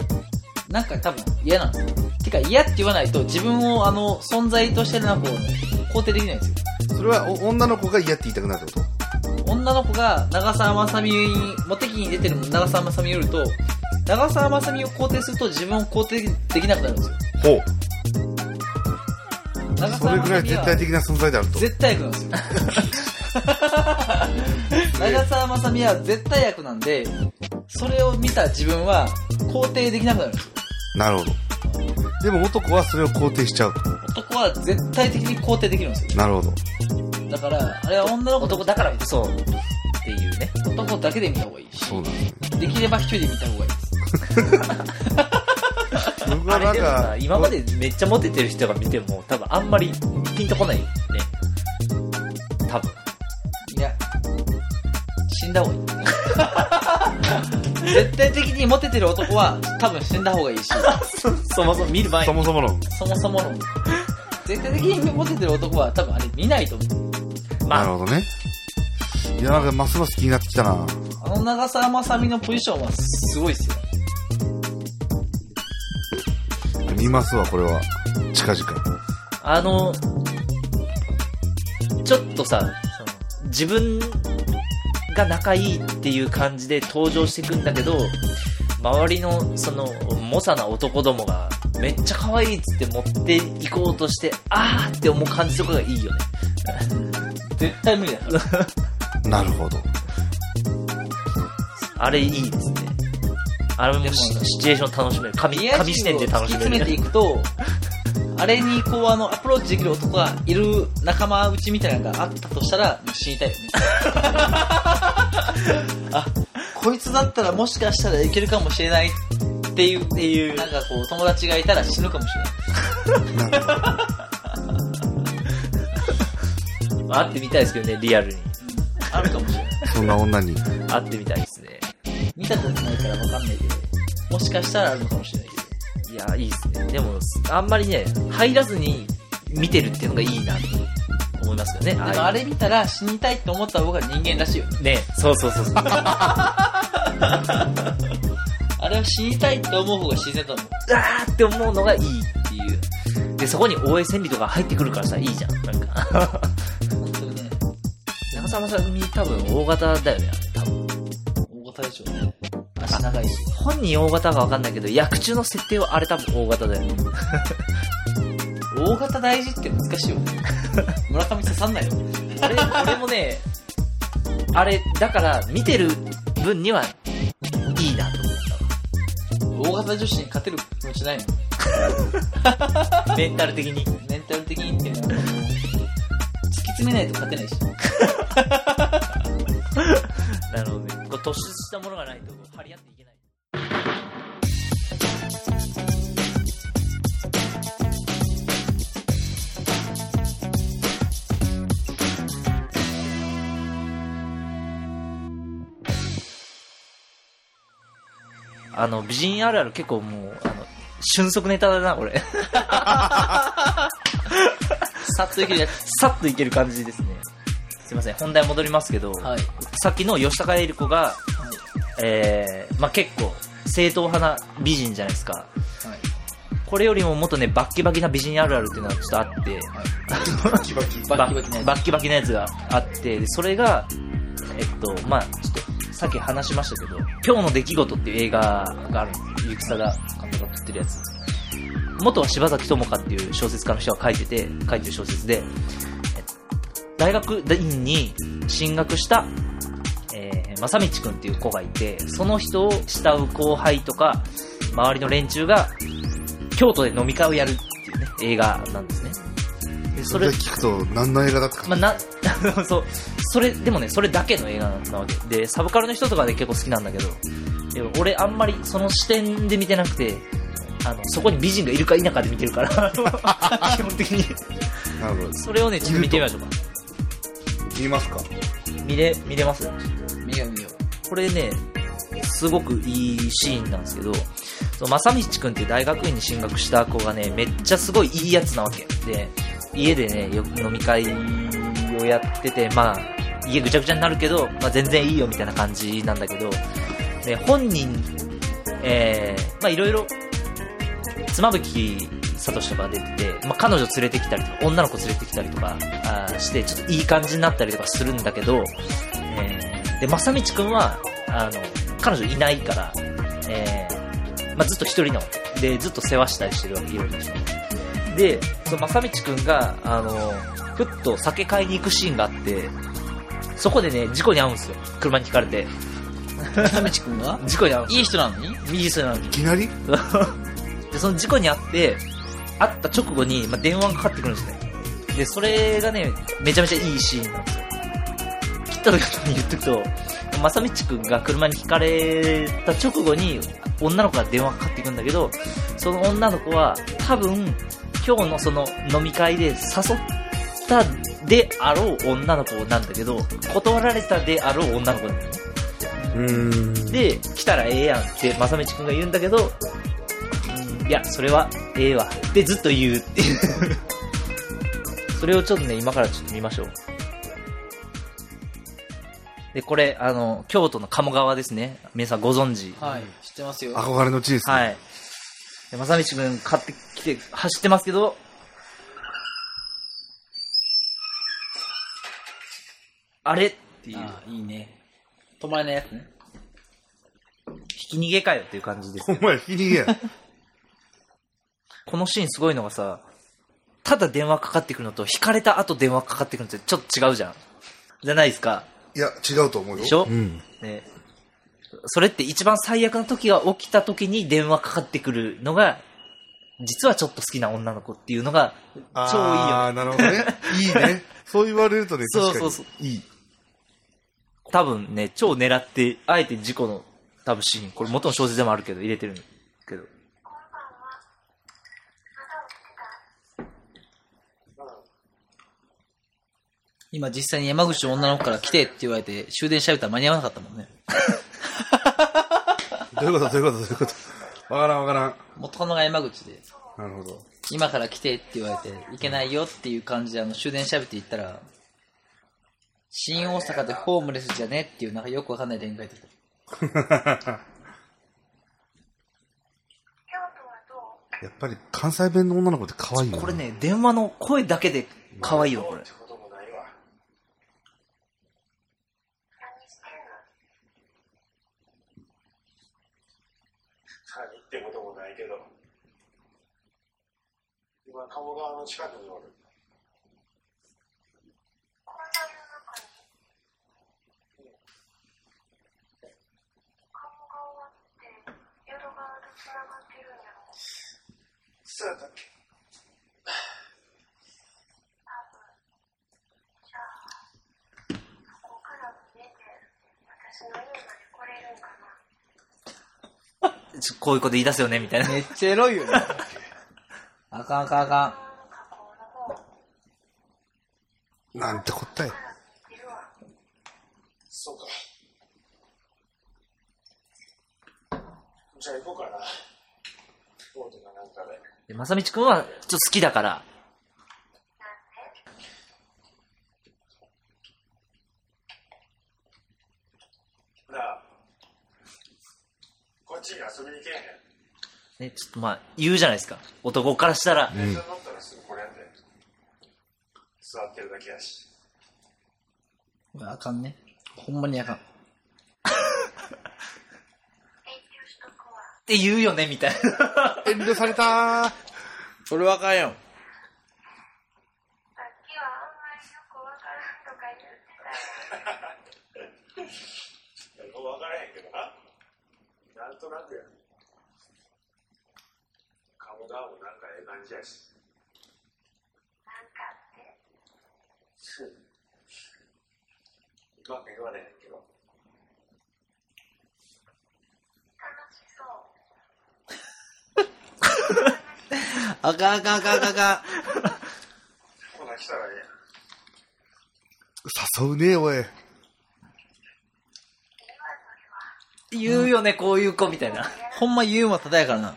Speaker 4: なんか多分嫌なんですよてか嫌って言わないと自分をあの存在としてるなんかを肯定できないんですよ
Speaker 2: それはお女の子が嫌って言いたくなるってこ
Speaker 4: 女の子が長澤まさみにモテ期に出てる長澤まさみによると長澤まさみを肯定すると自分を肯定できなくなるんですよ
Speaker 2: とほう。
Speaker 4: 長
Speaker 2: そ
Speaker 4: 澤
Speaker 2: れ
Speaker 4: ま
Speaker 2: ぐら
Speaker 4: さ
Speaker 2: い
Speaker 4: み
Speaker 2: 絶
Speaker 4: は
Speaker 2: 対的な存在であると。
Speaker 4: 絶対役な
Speaker 2: <laughs>
Speaker 4: んですよ長澤まさみは絶対役なんでそれを見た自分は肯定できなくなるんですよ
Speaker 2: なるほど。でも男はそれを肯定しちゃう。
Speaker 4: 男は絶対的に肯定できるんですよ
Speaker 2: なるほど。
Speaker 4: だからあれは女の子
Speaker 1: 男だから、そう。っていうね。
Speaker 4: 男だけで見た方がいいし
Speaker 2: そうなんですね。
Speaker 4: できれば一人で見た方がいいです
Speaker 2: 僕
Speaker 1: あ
Speaker 2: はな
Speaker 1: れ
Speaker 2: ん
Speaker 1: でもさ
Speaker 2: か、、
Speaker 1: 今までめっちゃモテてる人が見ても、多分あんまりピンとこないね。多分。
Speaker 4: いや死んだ方がいい絶対的にモテてる男は多分死んだ方がいいし
Speaker 1: そもそも見る前
Speaker 2: そ
Speaker 1: に。
Speaker 2: もそもの。
Speaker 4: そもそもの絶対的にモテてる男は多分あれ見ないと思う
Speaker 2: な
Speaker 1: ま
Speaker 2: る
Speaker 1: あ、
Speaker 2: ほどね。いや、なんかますます気になってきたな。
Speaker 4: あの長澤まさみのポジションはすごいっすよ。
Speaker 2: 見ますわ、これは。近々。
Speaker 1: あの、ちょっとさ、その自分が仲いいっていう感じで登場してくんだけど、周りの、その、猛者な男どもが、めっちゃ可愛いっつって持っていこうとして、あーって思う感じとかがいいよね。
Speaker 4: 絶対無理だから。
Speaker 2: なるほ <laughs> ど。
Speaker 1: あれいいですね。あれもシ
Speaker 4: でも
Speaker 1: シチュエーション楽しめる。紙、
Speaker 4: リア
Speaker 1: 紙視
Speaker 4: 充
Speaker 1: 点
Speaker 4: を
Speaker 1: で
Speaker 4: 突
Speaker 1: 楽
Speaker 4: き
Speaker 1: しめ
Speaker 4: 詰めて
Speaker 1: る
Speaker 4: い。くと、あれにこうあのアプローチできる男がいる仲間内みたいなのがあったとしたら、もう死にたいよね。あ、こいつだったらもしかしたらいけるかもしれないっていう、っていう、なんかこう友達がいたら死ぬかもしれない。
Speaker 2: なるほど。
Speaker 1: <laughs> 会ってみたいですけどね、リアルに。
Speaker 4: あるかもしれない。
Speaker 2: そんな女に。
Speaker 1: 会ってみたいですね。
Speaker 4: 見たことないからわかんないけど、もしかしたらあるのかもしれないけど。
Speaker 1: いや、いいですね。でも、あんまりね、入らずに見てるっていうのがいいなと思いますよね。
Speaker 4: で
Speaker 1: ああいう
Speaker 4: もあれ見たら死にたいって思った方が人間らしいよね
Speaker 1: ね、そうそうそうそう。あ
Speaker 4: あれは死にたいって思う方が自然だもん
Speaker 1: ーって思うのがいいっていう。で、そこに応援戦理とか入ってくるからさ、いいじゃん。なん <laughs> か。
Speaker 4: 本当にね
Speaker 1: 長澤まさみ多分大型だよね、あれ多分。
Speaker 4: 大型でしょうね足長いし
Speaker 1: 本人大型かわかんないけど、役中の設定はあれ多分大型だ <laughs> よね。
Speaker 4: 大型大事って難しいよ <laughs> ね村上刺さんないよ
Speaker 1: 俺、俺もね、あれ、だから見てる分にはいいなと思っ
Speaker 4: 大型女子に勝てる気持ちないの
Speaker 1: たわ。メンタル的に。
Speaker 4: メンタル的にっていうのは突き詰めないと勝てないし
Speaker 1: なるほどね。こう突出したものがないと、張り合っていけない。あの、美人あるある結構もう、あの、瞬足ネタだな、これ。
Speaker 4: さっといけるやつ
Speaker 1: <laughs> さっといける感じですね。すいません、本題戻りますけど、
Speaker 4: はい
Speaker 1: さっきの吉高由里子が、えー、まあ結構、正統派な美人じゃないですか。
Speaker 4: はい
Speaker 1: これよりももっとね、バッキバキな美人あるあるっていうのはちょっとあって、
Speaker 2: バキバキ。
Speaker 4: バッキバキなやつ
Speaker 1: バッキバキなやつがあって、でそれが、えっと、まあちょっと、さっき話しましたけど、今日の出来事っていう映画があるんですよ。ゆきさが監督が撮ってるやつ。元は柴崎友香っていう小説家の人が書いてて、書いてる小説で、え大学院に進学した、えー、正道くんっていう子がいて、その人を慕う後輩とか、周りの連中が、京都で飲み会をやるっていうね、映画なんですね。でそ
Speaker 2: それ聞くと何の映画だったか。
Speaker 1: まあ、な、 <laughs> そう、それ、でもね、それだけの映画なわけ。で、サブカルの人とかで結構好きなんだけど、でも俺あんまりその視点で見てなくて、あの、そこに美人がいるか否かで見てるから、 <laughs> 基本的に。
Speaker 2: なるほど。
Speaker 1: それをね、ちょっと見てみましょうか。
Speaker 2: 見ますか
Speaker 1: 見れ、見れます
Speaker 4: 見よう見よ
Speaker 1: これね、すごくいいシーンなんですけど、その正道くんっていう大学院に進学した子がね、めっちゃすごいいいやつなわけ。で、家でね、よ飲み会をやってて、まあ、家ぐちゃぐちゃになるけど、まあ全然いいよみたいな感じなんだけど、で、本人、えー、まあいろいろ、妻夫木聡とか出てて、まあ彼女連れてきたりとか、女の子連れてきたりとかあーして、ちょっといい感じになったりとかするんだけど、えーで、正道くんは、あの、彼女いないから、えーまあ、ずっと一人なわけ。で、ずっと世話したりしてるわけ、いろんな人にで、その正道くんが、あの、ふっと酒買いに行くシーンがあって、そこでね、事故に遭うんですよ。車にひかれて。
Speaker 4: う田淵君は
Speaker 1: 事故に遭うんです
Speaker 4: いい人なのに
Speaker 1: 右人なのに
Speaker 2: い。きなり
Speaker 1: <laughs> で、その事故に遭って、会った直後に、まあ、電話がかかってくるんですね。で、それがね、めちゃめちゃいいシーンなんですよ。切った時に言っとくと、まさみちくんが車にひかれた直後に、女の子が電話かかってくるんだけど、その女の子は、多分、今日のその飲み会で誘ったであろう女の子なんだけど、断られたであろう女の子なんだよね。
Speaker 2: うん。
Speaker 1: で、来たらええやんって、まさみちくんが言うんだけど、うんいや、それはええわ。ってずっと言うっていう。 <laughs> それをちょっとね、今からちょっと見ましょう。で、これ、あの、京都の鴨川ですね。皆さんご存知。
Speaker 4: はい知ってますよ
Speaker 2: 憧れの地ですね。
Speaker 1: はい。で、まさみちくん買ってきて、走ってますけど、あれっていう、
Speaker 4: あいいね止まれないやつね
Speaker 1: ひき逃げかよっていう感じです。
Speaker 2: お前、ひき逃
Speaker 1: <laughs>
Speaker 2: げや。
Speaker 1: このシーンすごいのがさ、ただ電話かかってくるのと、引かれた後電話かかってくるのってちょっと違うじゃん。じゃないですか。
Speaker 2: いや、違うと思うよ。
Speaker 1: でしょ
Speaker 2: うん。
Speaker 1: ね。それって一番最悪な時が起きた時に電話かかってくるのが、実はちょっと好きな女の子っていうのが、超いいよ
Speaker 2: あ
Speaker 1: ね。
Speaker 2: あ、なるほどね。いい
Speaker 1: <laughs>
Speaker 2: ね。そう言われるとね、確かに。
Speaker 1: そうそう
Speaker 2: いい。
Speaker 1: 多分ね、超狙って、あえて事故の、多分シーン、これ元の小説でもあるけど、入れてるんだけど。
Speaker 4: 今実際に山口の女の子から来てって言われて終電しちゃうたら間に合わなかったもんね
Speaker 2: どういうことどういうことどういうことわからんわか
Speaker 4: 元カノが山口で
Speaker 2: らん。なるほど。
Speaker 4: 今から来てって言われて、行けないよっていう感じで、あの、終電しゃべって行ったら、新大阪でホームレスじゃねっていう、なんかよくわかんない展開で。
Speaker 2: やっぱり関西弁の女の子って可愛いよ、
Speaker 1: これ。ね、電話の声だけで可愛いよ、これ。
Speaker 5: 何ってこともないけど今鴨川の近くにおるそうだったっけ
Speaker 1: ちょこういうこと言い出すよね、みた
Speaker 4: <laughs>
Speaker 1: いな。
Speaker 4: <laughs> めっちゃエロいよね。あかんあかんあかん。
Speaker 2: なんてこったい。
Speaker 5: そうかじゃあ行こうかなボートかなんかで
Speaker 1: でまさみちくんは、ちょっと好きだから。
Speaker 5: なあこっちに遊びに行けへん
Speaker 1: ね、ちょっとまあ、言うじゃないですか。男からしたら、
Speaker 5: 電車乗ったらすぐこれやで座ってるだけやし
Speaker 4: これあかんね。ほんまにあかん。
Speaker 1: って言うよね、みたいな。
Speaker 2: 遠慮されたー。
Speaker 4: それはあかんよ。
Speaker 6: さっきはあんまりよくわからんとか言ってたよ。
Speaker 5: いやよく分からへんけどななんとなくや鴨川もなんかええ感じやし
Speaker 6: なんかって。
Speaker 5: うまく言われへんけど
Speaker 6: 楽しそう。
Speaker 4: あかんあかんあかんあかんあか
Speaker 5: ほな来たらええやん
Speaker 2: 誘うねおい。
Speaker 1: 言うよね、こういう子、みたいな。
Speaker 4: ん。ほんまユーモアただやからな。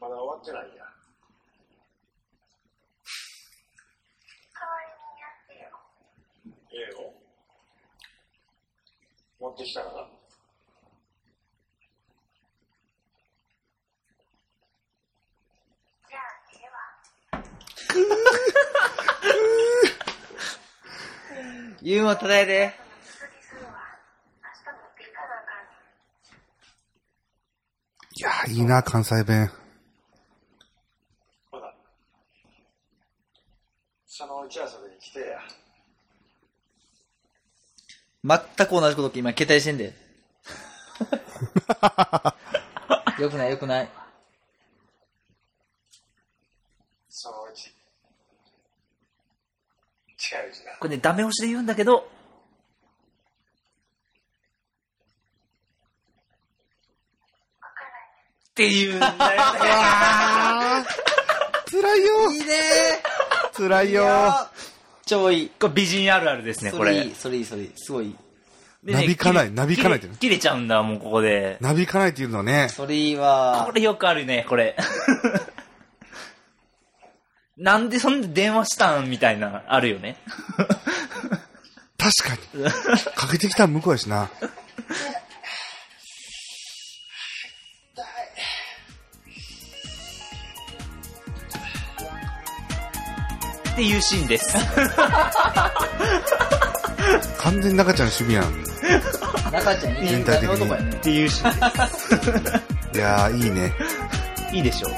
Speaker 5: まだ終わってないんや
Speaker 6: 代わりにやってよ。
Speaker 5: ええよ持ってきたらな
Speaker 6: じゃあ、ええわ。
Speaker 4: ユーモアただやで。
Speaker 6: 釣りするわ。明日持っていかなあかん
Speaker 2: いやー、い
Speaker 6: ねん。
Speaker 2: いな、関西弁。
Speaker 5: ほなそのうち遊びに来てや
Speaker 4: 全く同じこと今、携帯してんで。 <laughs> よくないよくない。
Speaker 5: そのうち近いうちな
Speaker 1: これね、ダメ押しで言うんだけど、ってい <laughs> うんだよね。
Speaker 2: 辛いよ
Speaker 4: いいね
Speaker 2: 辛いよ
Speaker 4: 超いい。
Speaker 1: これ美人あるあるですね、
Speaker 4: そ
Speaker 1: こ
Speaker 4: れい
Speaker 1: れ
Speaker 4: い、。それいい、それいい。すごいいい。
Speaker 1: でね
Speaker 2: なびかない
Speaker 1: 切れ
Speaker 2: なびかないって
Speaker 1: 切れ切れちゃうんだ、もうここで。
Speaker 2: なびかないっていうのはね。
Speaker 4: それいいわ
Speaker 1: これよくあるね、これ。 <laughs> なんでそんな電話したんみたいな、あるよね。
Speaker 2: 確かに。かけてきたん向こうやしな。
Speaker 1: っていうシーンです。
Speaker 2: 完全に中ちゃんの趣味やん。
Speaker 4: 中ちゃん、いい
Speaker 2: 全体的に
Speaker 4: 男やね
Speaker 1: っていうシーン
Speaker 2: いやー、いいね。
Speaker 1: です。いいでしょ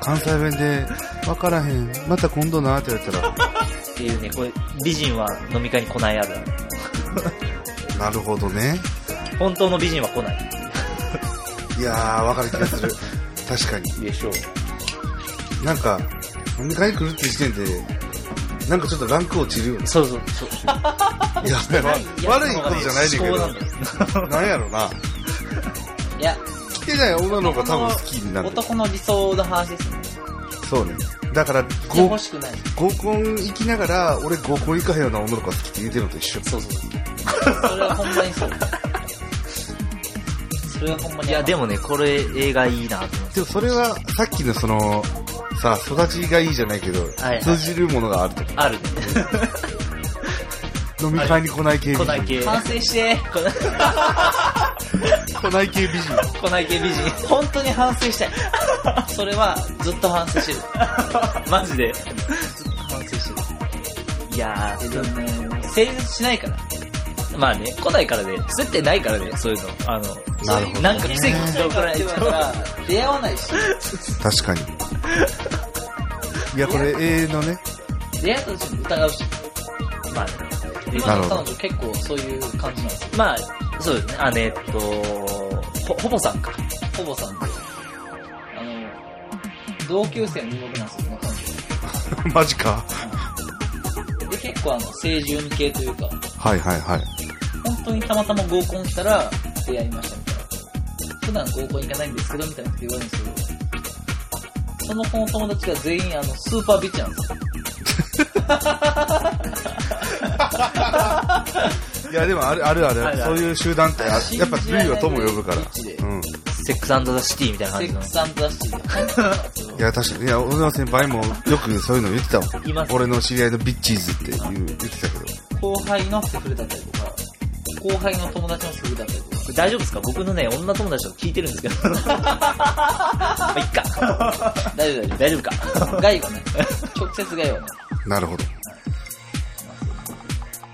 Speaker 2: 関西弁で、わからへん。また今度なーって言われた
Speaker 1: っていうね、これ、美人は飲み会に来ないあるある。
Speaker 2: ら、なるほどね。
Speaker 1: 本当の美人は来ない。
Speaker 2: いやー、わかる気がする。確かに。
Speaker 1: でしょう。
Speaker 2: なんか、飲み会来るって時点で、なんかちょっとランク落ちるよね。
Speaker 1: そうそうそう。
Speaker 2: いや、
Speaker 1: いや
Speaker 2: 悪いことじゃないねんけ
Speaker 1: そうなんだよ
Speaker 2: ど。なんやろな。
Speaker 4: いや、
Speaker 2: 来てない女の子が多分好きになる。
Speaker 4: 男の理想の話ですね。
Speaker 2: そうね。だから、
Speaker 4: いや
Speaker 2: 合
Speaker 4: 欲しくない。
Speaker 2: 合コン行きながら、俺合コン行かへんような女の子が好きって言うてるのと一緒。
Speaker 1: そうそう。
Speaker 4: それはほんまにそう。それはほんまに。
Speaker 1: いや、でもね、これ映画いいなと思っ
Speaker 2: でもそれはさっきのその、さ、育ちがいいじゃないけど、
Speaker 1: はいはい
Speaker 2: 通じるものがあると。
Speaker 1: ある
Speaker 2: 飲み会に来ない系美
Speaker 1: 来
Speaker 2: 人。
Speaker 1: ない
Speaker 4: <laughs>
Speaker 1: 系
Speaker 4: 反省して。
Speaker 2: 来ない系美人。
Speaker 1: 来ない系美人
Speaker 4: 本当に反省したい。それはずっと反省してる。
Speaker 1: マジで
Speaker 4: ずっと反省して
Speaker 1: いや
Speaker 4: る。でもね、成立しないから。
Speaker 1: ーまあね来ないからね接点ないからねそういうのあの
Speaker 2: なるほどね
Speaker 1: なんか奇跡
Speaker 4: だ
Speaker 1: が起こ
Speaker 4: からら
Speaker 1: ない
Speaker 4: 出
Speaker 1: と
Speaker 4: 会わないし、
Speaker 2: 確かに。いや、これ永遠のね、
Speaker 4: 出会ったとしても疑うし、
Speaker 1: まあね
Speaker 4: 今
Speaker 2: なる
Speaker 4: の
Speaker 2: ほど
Speaker 4: 彼女結構そういう感じなんですよ。
Speaker 1: まあそうですねあのえっとほほぼさんか
Speaker 4: ほぼさんで。あの、同級生の魅力なんですよ、この彼
Speaker 2: <laughs> マジか。
Speaker 4: 女。で、結構あの、清純系というか、
Speaker 2: はいはいはい。
Speaker 4: 本当にたまたま合コン来たら出会いましたみたいな。普段合コン行かないんですけどみたいなこと言われるんですけど、その子の友達が全員あの、スーパービッチなんですよ。
Speaker 2: いや、でもあるあるある
Speaker 1: あるあ
Speaker 2: そう
Speaker 1: る
Speaker 2: いう集団って、あやっぱルイは友を呼ぶから。
Speaker 4: ビッチで
Speaker 2: うん。
Speaker 1: セックスザ・シティみたいな感
Speaker 4: セ
Speaker 1: じ
Speaker 4: ッ
Speaker 1: の
Speaker 4: クスアンダーシティ
Speaker 2: い。
Speaker 4: で
Speaker 2: や、確かに。いや、小野先輩もよくそういうの言ってたも
Speaker 1: います
Speaker 2: ん。俺の知り合いのビッチーズっていう言ってたけど。
Speaker 4: 後輩のセフレだったりとか、後輩の友達のセフレだったりとか、
Speaker 1: 大丈夫ですか僕のね女友達と聞いてるんですけどまあいっか
Speaker 4: 大丈夫大丈
Speaker 2: <laughs>
Speaker 1: 大丈夫か
Speaker 4: 夫。害はね、直接害はね。
Speaker 2: なるほど。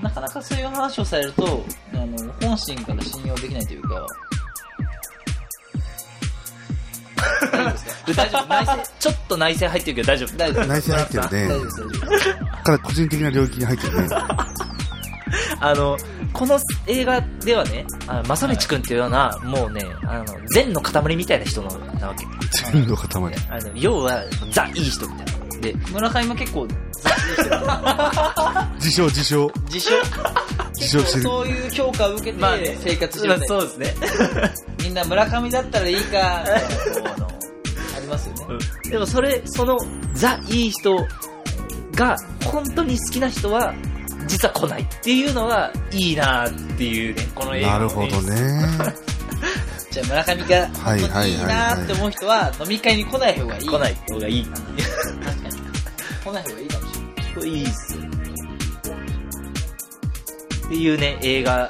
Speaker 4: なかなかそういう話をされると、あの、本心から信用できないという
Speaker 1: <laughs>
Speaker 4: か、
Speaker 1: 大丈夫内
Speaker 4: 大丈夫ですか
Speaker 1: 政ちょっと内政入ってるけど大丈夫
Speaker 4: 大丈夫
Speaker 2: 内政入って
Speaker 4: 大
Speaker 2: るね
Speaker 4: 丈夫で。す、大丈夫です。
Speaker 2: から個人的な領域に入ってるね。
Speaker 1: あの、この映画ではね、あ正道くんっていうような、もうね、あの、善の塊みたいな人のなわけ。
Speaker 2: 全部の塊。
Speaker 1: あの、要は、ザ・いい人みたいな。で、
Speaker 4: 村上も結構、
Speaker 2: 自称自称。
Speaker 4: 自称、
Speaker 2: 自称してる。
Speaker 4: そういう評価を受けて
Speaker 1: まあね
Speaker 4: 生活してる、ね
Speaker 1: そうですね。
Speaker 4: みんな村上だったらいい
Speaker 1: <laughs>
Speaker 4: か、みたいなこうあのありますよね。
Speaker 1: でもそれ、その、ザ・いい人が、本当に好きな人は、実は来ないっていうのは、いいなっていうね、この映画
Speaker 2: な
Speaker 1: の
Speaker 2: るほどね。
Speaker 4: じゃあ村上が、
Speaker 2: はいはいはいはい
Speaker 4: いいなーって思う人は、飲み会に来ない方がいい。
Speaker 1: 来ない方がいい。
Speaker 4: 来ない方がいいかもしれない。
Speaker 1: これいいっすよっていうね、映画、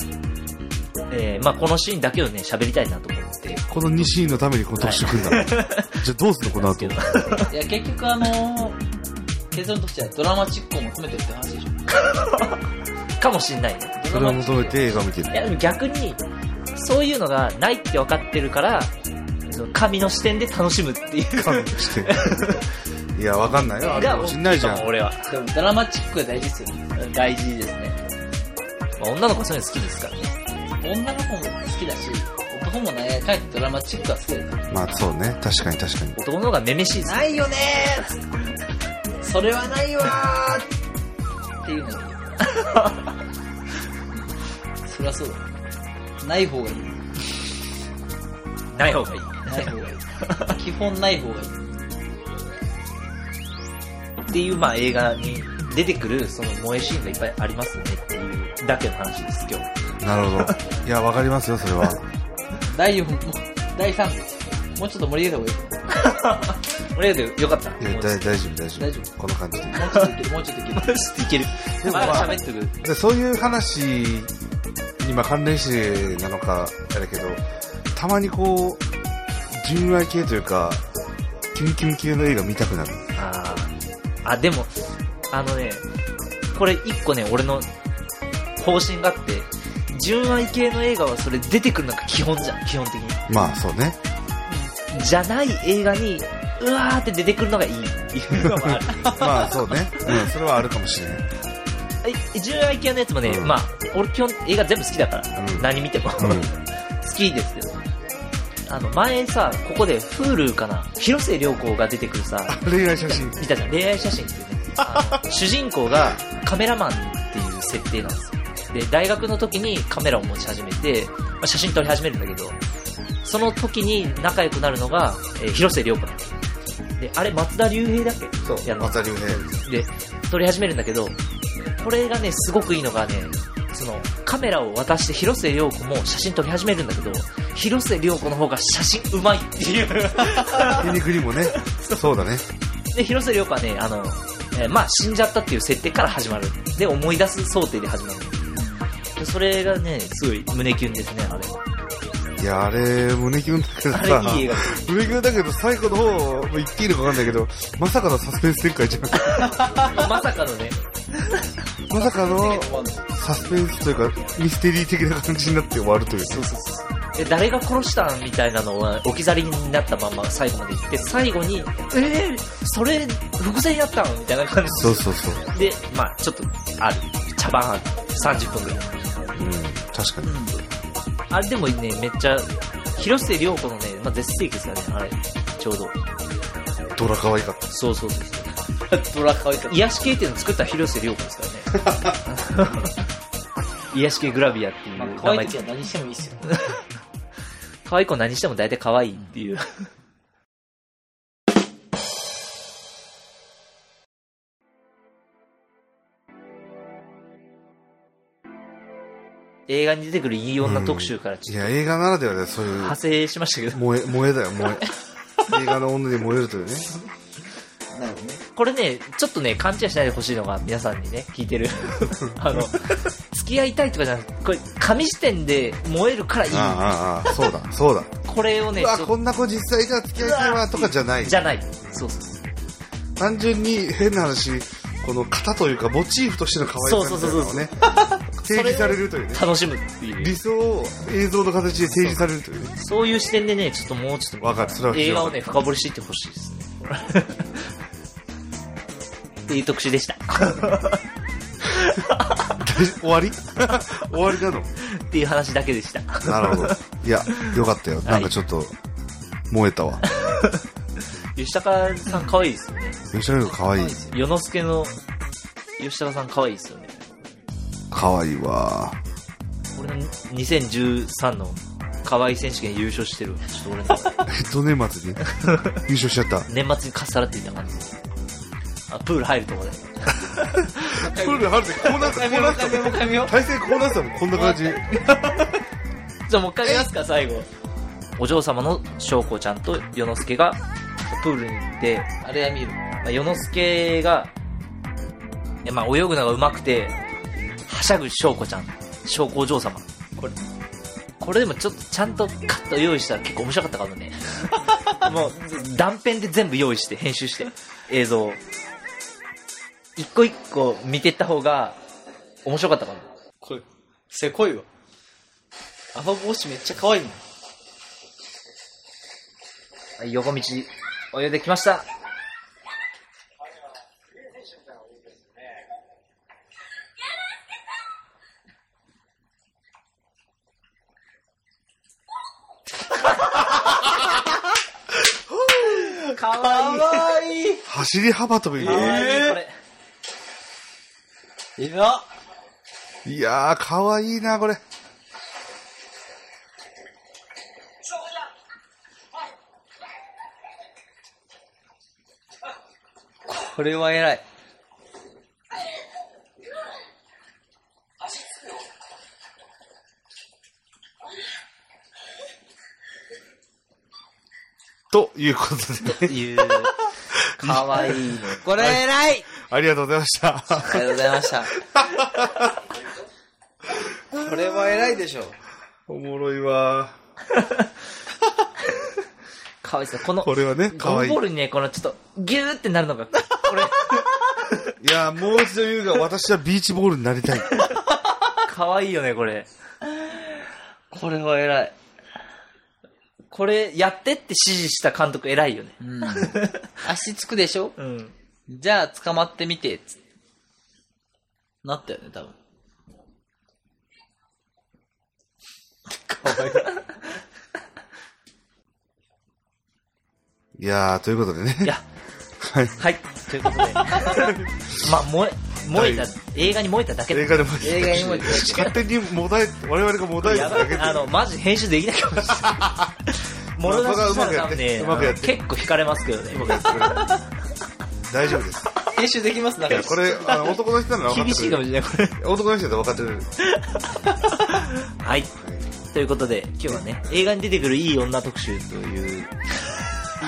Speaker 1: えー、まあこのシーンだけをね、喋りたいなと思って。
Speaker 2: この2シーンのためにこの特集組ん <laughs> だの。じゃあどうすんのこの後。
Speaker 4: いや、結局あのー、結論としてはドラマチックを求めてるって話でしょ。
Speaker 1: かもしんないね。
Speaker 2: それを求めて映画見てる
Speaker 1: い。や、でも逆に、そういうのがないって分かってるから、その神の視点で楽しむっていう
Speaker 2: 勘弁して。いや、わかんないよ。あるかもしんないじ
Speaker 1: 大
Speaker 2: ゃ
Speaker 1: きいかも
Speaker 2: ん。
Speaker 1: 俺は。
Speaker 4: でもドラマチックが大事ですよね。
Speaker 1: 大事ですね。まあ、女の子はそういうの好きですからね。
Speaker 4: 女の子も好きだし、男もね、かえってドラマチックは好きだよ。
Speaker 2: まあそうね。確かに確かに。
Speaker 1: 男の方がめめしいです。
Speaker 4: ないよねーそれはないわーっていうのがそりゃそうだない方がいい
Speaker 1: ない方がいい。
Speaker 4: ない方がいい基本ない方がいい
Speaker 1: っていう、まあ映画に出てくる、その萌えシーンがいっぱいありますよねっていうだけの話です、今日。
Speaker 2: なるほど。いや、わかりますよ、それは。
Speaker 4: 第4部第3部もうちょっと盛り上げた方がいい
Speaker 1: <laughs> 俺でよかった。
Speaker 2: いや、
Speaker 1: もう
Speaker 2: 大大丈夫、大丈
Speaker 4: 大丈
Speaker 2: 夫。この感じで。
Speaker 4: もうちょっといけるもうちょっ
Speaker 1: <laughs>
Speaker 4: といける
Speaker 1: いける。
Speaker 2: でも
Speaker 1: ま
Speaker 2: ま
Speaker 1: だ
Speaker 2: あ
Speaker 1: 喋ってる。
Speaker 2: でそういう話に今関連してなのかあれだけどたまにこう純愛系というかキュンキュン系の映画見たくなる
Speaker 1: あーあ、でも、あのね、これ一個ね、俺の方針があって、純愛系の映画はそれ出てくるのが基本じゃん、基本的に。
Speaker 2: まあそうね
Speaker 1: じゃない映画に、うわーって出てくるのがいいっていうのも <laughs> ある。
Speaker 2: まあそうね、うん、それはあるかもしれない
Speaker 1: え純愛系のやつもね、
Speaker 2: うん
Speaker 1: まあ、俺基本映画全部好きだから、
Speaker 2: うん
Speaker 1: 何見ても。
Speaker 2: うん
Speaker 1: 好きですけど。あの、前さ、ここで Hulu かな、広末涼子が出てくるさ、
Speaker 2: 恋愛写真
Speaker 1: 見たじゃん、恋愛写真 <laughs> っていうね。あの主人公がカメラマンっていう設定なんですよ。で、大学の時にカメラを持ち始めて、まあ、写真撮り始めるんだけど、その時に仲良くなるのが、えー広末涼子なんですよで、あれ松田龍平だっけそう。やるの
Speaker 2: 渡りね
Speaker 1: で、撮り始めるんだけど、これがね、すごくいいのがね、その、カメラを渡して広末涼子も写真撮り始めるんだけど、広瀬涼子の方が写真うまいっていう
Speaker 2: 筋肉にもね、そうだね。
Speaker 1: で広瀬涼子はねあの、えーまあ死んじゃったっていう設定から始まるで思い出す想定で始まるでそれがねすごい胸キュンですねあれ
Speaker 2: いや、あれ、胸キュンだけど
Speaker 1: あれ
Speaker 2: さ
Speaker 1: いい映画で、 <laughs>
Speaker 2: 胸キュンだけど、最後の方、言っていいのかわかんないけど、まさかのサスペンス展開じゃん。
Speaker 1: まさかのね
Speaker 2: まさかの、
Speaker 4: 終わんの
Speaker 2: サスペンスというか、ミステリー的な感じになって終わるという。
Speaker 1: そうそうそうで誰が殺したんみたいなのは置き去りになったまんま最後まで行って最後に「えー、それ伏線やったん?」みたいな感じ
Speaker 2: そうそうそう。
Speaker 1: でまあちょっとある茶番ある30分ぐらい
Speaker 2: うん、確かに。
Speaker 1: あれでもねめっちゃ広末涼子のね、まあ、絶世紀ですからねあれちょうど
Speaker 2: ドラ可愛かった。
Speaker 1: そうそうそうそ
Speaker 4: ドラ可愛かっ
Speaker 1: う癒し系っていうのを作った広末涼子ですから
Speaker 4: <laughs>
Speaker 1: ね癒し系グラビアってい
Speaker 4: た。
Speaker 1: う
Speaker 4: まあ、
Speaker 1: 名
Speaker 4: 可愛
Speaker 1: 前
Speaker 4: い時は何してもいいっすよ。
Speaker 1: 可愛い子何しても大体可愛いっていう映画に出てくるいい女特集から
Speaker 2: い
Speaker 1: ちょっ
Speaker 2: や、映画ならではだよ、そう
Speaker 1: と
Speaker 2: いう
Speaker 1: 派、生しましたけど、
Speaker 2: 萌え、萌えだよ、 <laughs> 萌え。映画の女に燃えるというね。
Speaker 4: なるほどね。
Speaker 1: これね、ちょっとね、勘違いしないでほしいのが、皆さんにね、聞いて
Speaker 4: <laughs>
Speaker 1: る。あの、付き合いたいとかじゃなくて、これ、紙視点で燃えるからいい。
Speaker 2: ああ、ああ、そうだ、そうだ。
Speaker 1: これをね、
Speaker 2: うわ、
Speaker 1: ちょ
Speaker 2: こんな子実際じゃ付き合いたいわとかじゃない。
Speaker 1: じゃない。そうそうそう。
Speaker 2: 単純に変な話、この型というか、モチーフとしての可愛さみたいなのをね、 <laughs> 定義されるというね。
Speaker 1: 楽しむっていう。
Speaker 2: 理想を映像の形で提示されるというね。
Speaker 1: そういう視点でね、ちょっともうちょっと
Speaker 2: わかる、それは
Speaker 1: 映画を
Speaker 2: ね。
Speaker 1: ね、深掘りしていってほしい
Speaker 2: <laughs>
Speaker 1: ですね。っていう特集でした。
Speaker 2: 終わり <laughs> 終わりなの
Speaker 1: っていう話だけでした。
Speaker 2: なるほど。いや、よかったよ。なんかちょっと、燃えたわ。
Speaker 1: 吉高さん可愛いですよね。
Speaker 2: 吉野家かわいい。
Speaker 1: 世之助の吉高さん可愛いですよね。
Speaker 2: かわいいわ。
Speaker 1: 俺の2013の可愛い選手権優勝してる。ちょっと俺の
Speaker 2: えっと、年 <laughs> 末に優勝しちゃった。
Speaker 1: 年末にかっさらっていた感じです。あ、プール入るとこで。
Speaker 2: プールで春でこうなった、こうなった。
Speaker 4: もう一回見よ
Speaker 2: 対戦こうなったもん、こんな感じ。
Speaker 1: じゃあもう一回見ますか、最後。お嬢様の翔子ちゃんと世之助がプールに行って、
Speaker 4: う。あれは見る。
Speaker 1: まあ、世之助が、えまあ、泳ぐのが上手くて、はしゃぐ翔子ちゃん、翔子お嬢様。これ、これでもちょっとちゃんとカット用意したら結構面白かったかも
Speaker 4: <laughs>
Speaker 1: ね。もう、断片で全部用意して、編集して、映像を。一個一個見てった方が、面白かったかも。
Speaker 4: これ、せこいわ。アファ帽子めっちゃ可愛いもん。
Speaker 1: はい、横道、泳いできました。かわいい。
Speaker 4: 可愛い
Speaker 2: 走り幅跳び
Speaker 1: かわ
Speaker 2: ね。
Speaker 1: いい、これ。
Speaker 4: い。いや、
Speaker 2: いやー、かわいいな、これ。
Speaker 4: これは偉い。
Speaker 2: ということで、ね、
Speaker 1: いう、かわいいね。
Speaker 4: これ偉い
Speaker 2: ありがとうございました。
Speaker 4: ありがとうございました。これは偉いでしょ。
Speaker 2: おもろいわ。
Speaker 1: かわいそう。この、
Speaker 2: これはね、か
Speaker 1: ゴ
Speaker 2: わ
Speaker 1: ム
Speaker 2: いい。
Speaker 1: ボールにね、このちょっと、ギューってなるのが、これ、
Speaker 2: いや、もう一度言うが、私はビーチボールになりたい。
Speaker 1: かわいいよね、これ。
Speaker 4: これは偉い。
Speaker 1: これ、やってって指示した監督偉いよね。
Speaker 4: うん。足つくでしょ
Speaker 1: うん。
Speaker 4: じゃあ捕まってみて、つってなったよね、多分。
Speaker 2: いやー、ということでね。
Speaker 1: いや、
Speaker 2: はい。
Speaker 1: はい、ということで。まあ、燃え、燃えた、映画に燃えただけ
Speaker 2: 映画でも
Speaker 4: 映画にも出てき
Speaker 2: 勝手にもだえ、我々がもだえ
Speaker 1: や
Speaker 2: た
Speaker 1: ば
Speaker 2: だ
Speaker 1: い
Speaker 2: けで。
Speaker 1: あの、マジ編集できないかもしれない。もろ出ししたら多分ね、
Speaker 2: う
Speaker 1: あ
Speaker 2: ま
Speaker 1: の
Speaker 2: くやって
Speaker 1: 結構引かれますけどね。
Speaker 2: 僕やってくれる大丈夫です。
Speaker 4: 編集できます、
Speaker 2: い
Speaker 4: 中
Speaker 2: や、これ、あの男の人なら分かって
Speaker 1: 厳しい
Speaker 2: く
Speaker 1: か
Speaker 2: れ
Speaker 1: も
Speaker 2: る。
Speaker 1: しれない、これ。
Speaker 2: 男の人だと分かってくれる。
Speaker 1: はい。ということで、今日はね、映画に出てくるいい女特集という、いい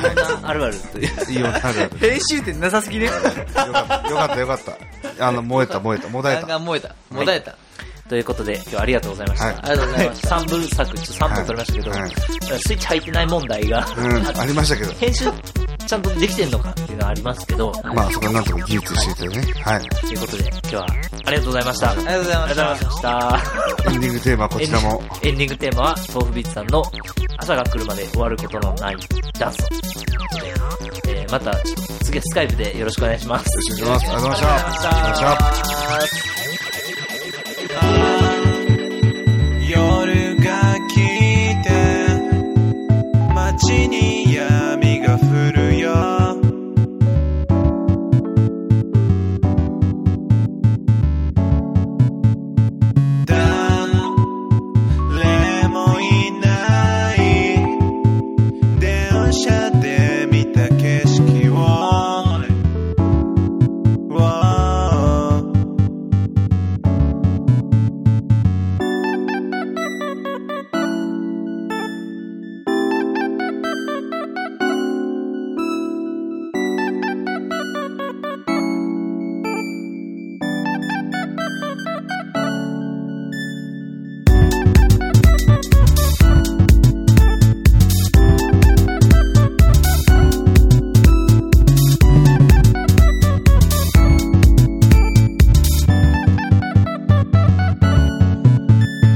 Speaker 1: 女あるあるという。
Speaker 2: いいよ、なる
Speaker 4: 編集点なさすぎね。
Speaker 2: ほどよかった、よかった、よかった。あの、燃えた、燃えた、もだえ
Speaker 4: ガンガ
Speaker 2: た。
Speaker 4: ン燃えた。もだえた。
Speaker 1: ということで、今日はありがとうございました。
Speaker 2: はい
Speaker 4: ありがとうございました
Speaker 1: 3部作、ちょっと3本取りましたけど、
Speaker 2: はい
Speaker 1: スイッチ入ってない問題が、
Speaker 2: うん、ありましたけど。
Speaker 1: 編集ちゃんとできてんのかっていうのはありますけど、
Speaker 2: まあ、そこはなんとか技術しててね。はい。
Speaker 1: ということで、今日はありがとうございました。あり
Speaker 4: ありがとうございました。
Speaker 1: がとうございました。
Speaker 2: エンディングテーマはこちらも。
Speaker 1: エンディングテーマは、豆腐ビーツさんの朝が来るまで終わることのないダンス。えーまた、ちょっと次はスカイプでよろしくお願いします。
Speaker 2: よろしくお願いします。ありがとうございました。ありがとうございました。
Speaker 7: 夜が来て街に闇が降るよ誰もいない電車で見た景色を Wow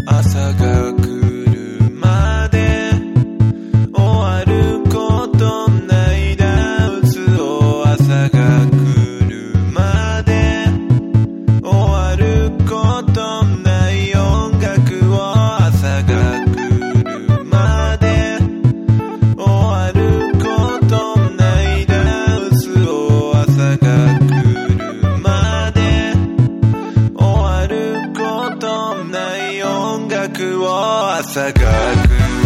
Speaker 7: 朝が来るまで終わることないダンスを朝が来るまで終わることない音楽を朝が来るまで終わることないダンスを朝が来るまで終わることない音楽を朝が来る Oh,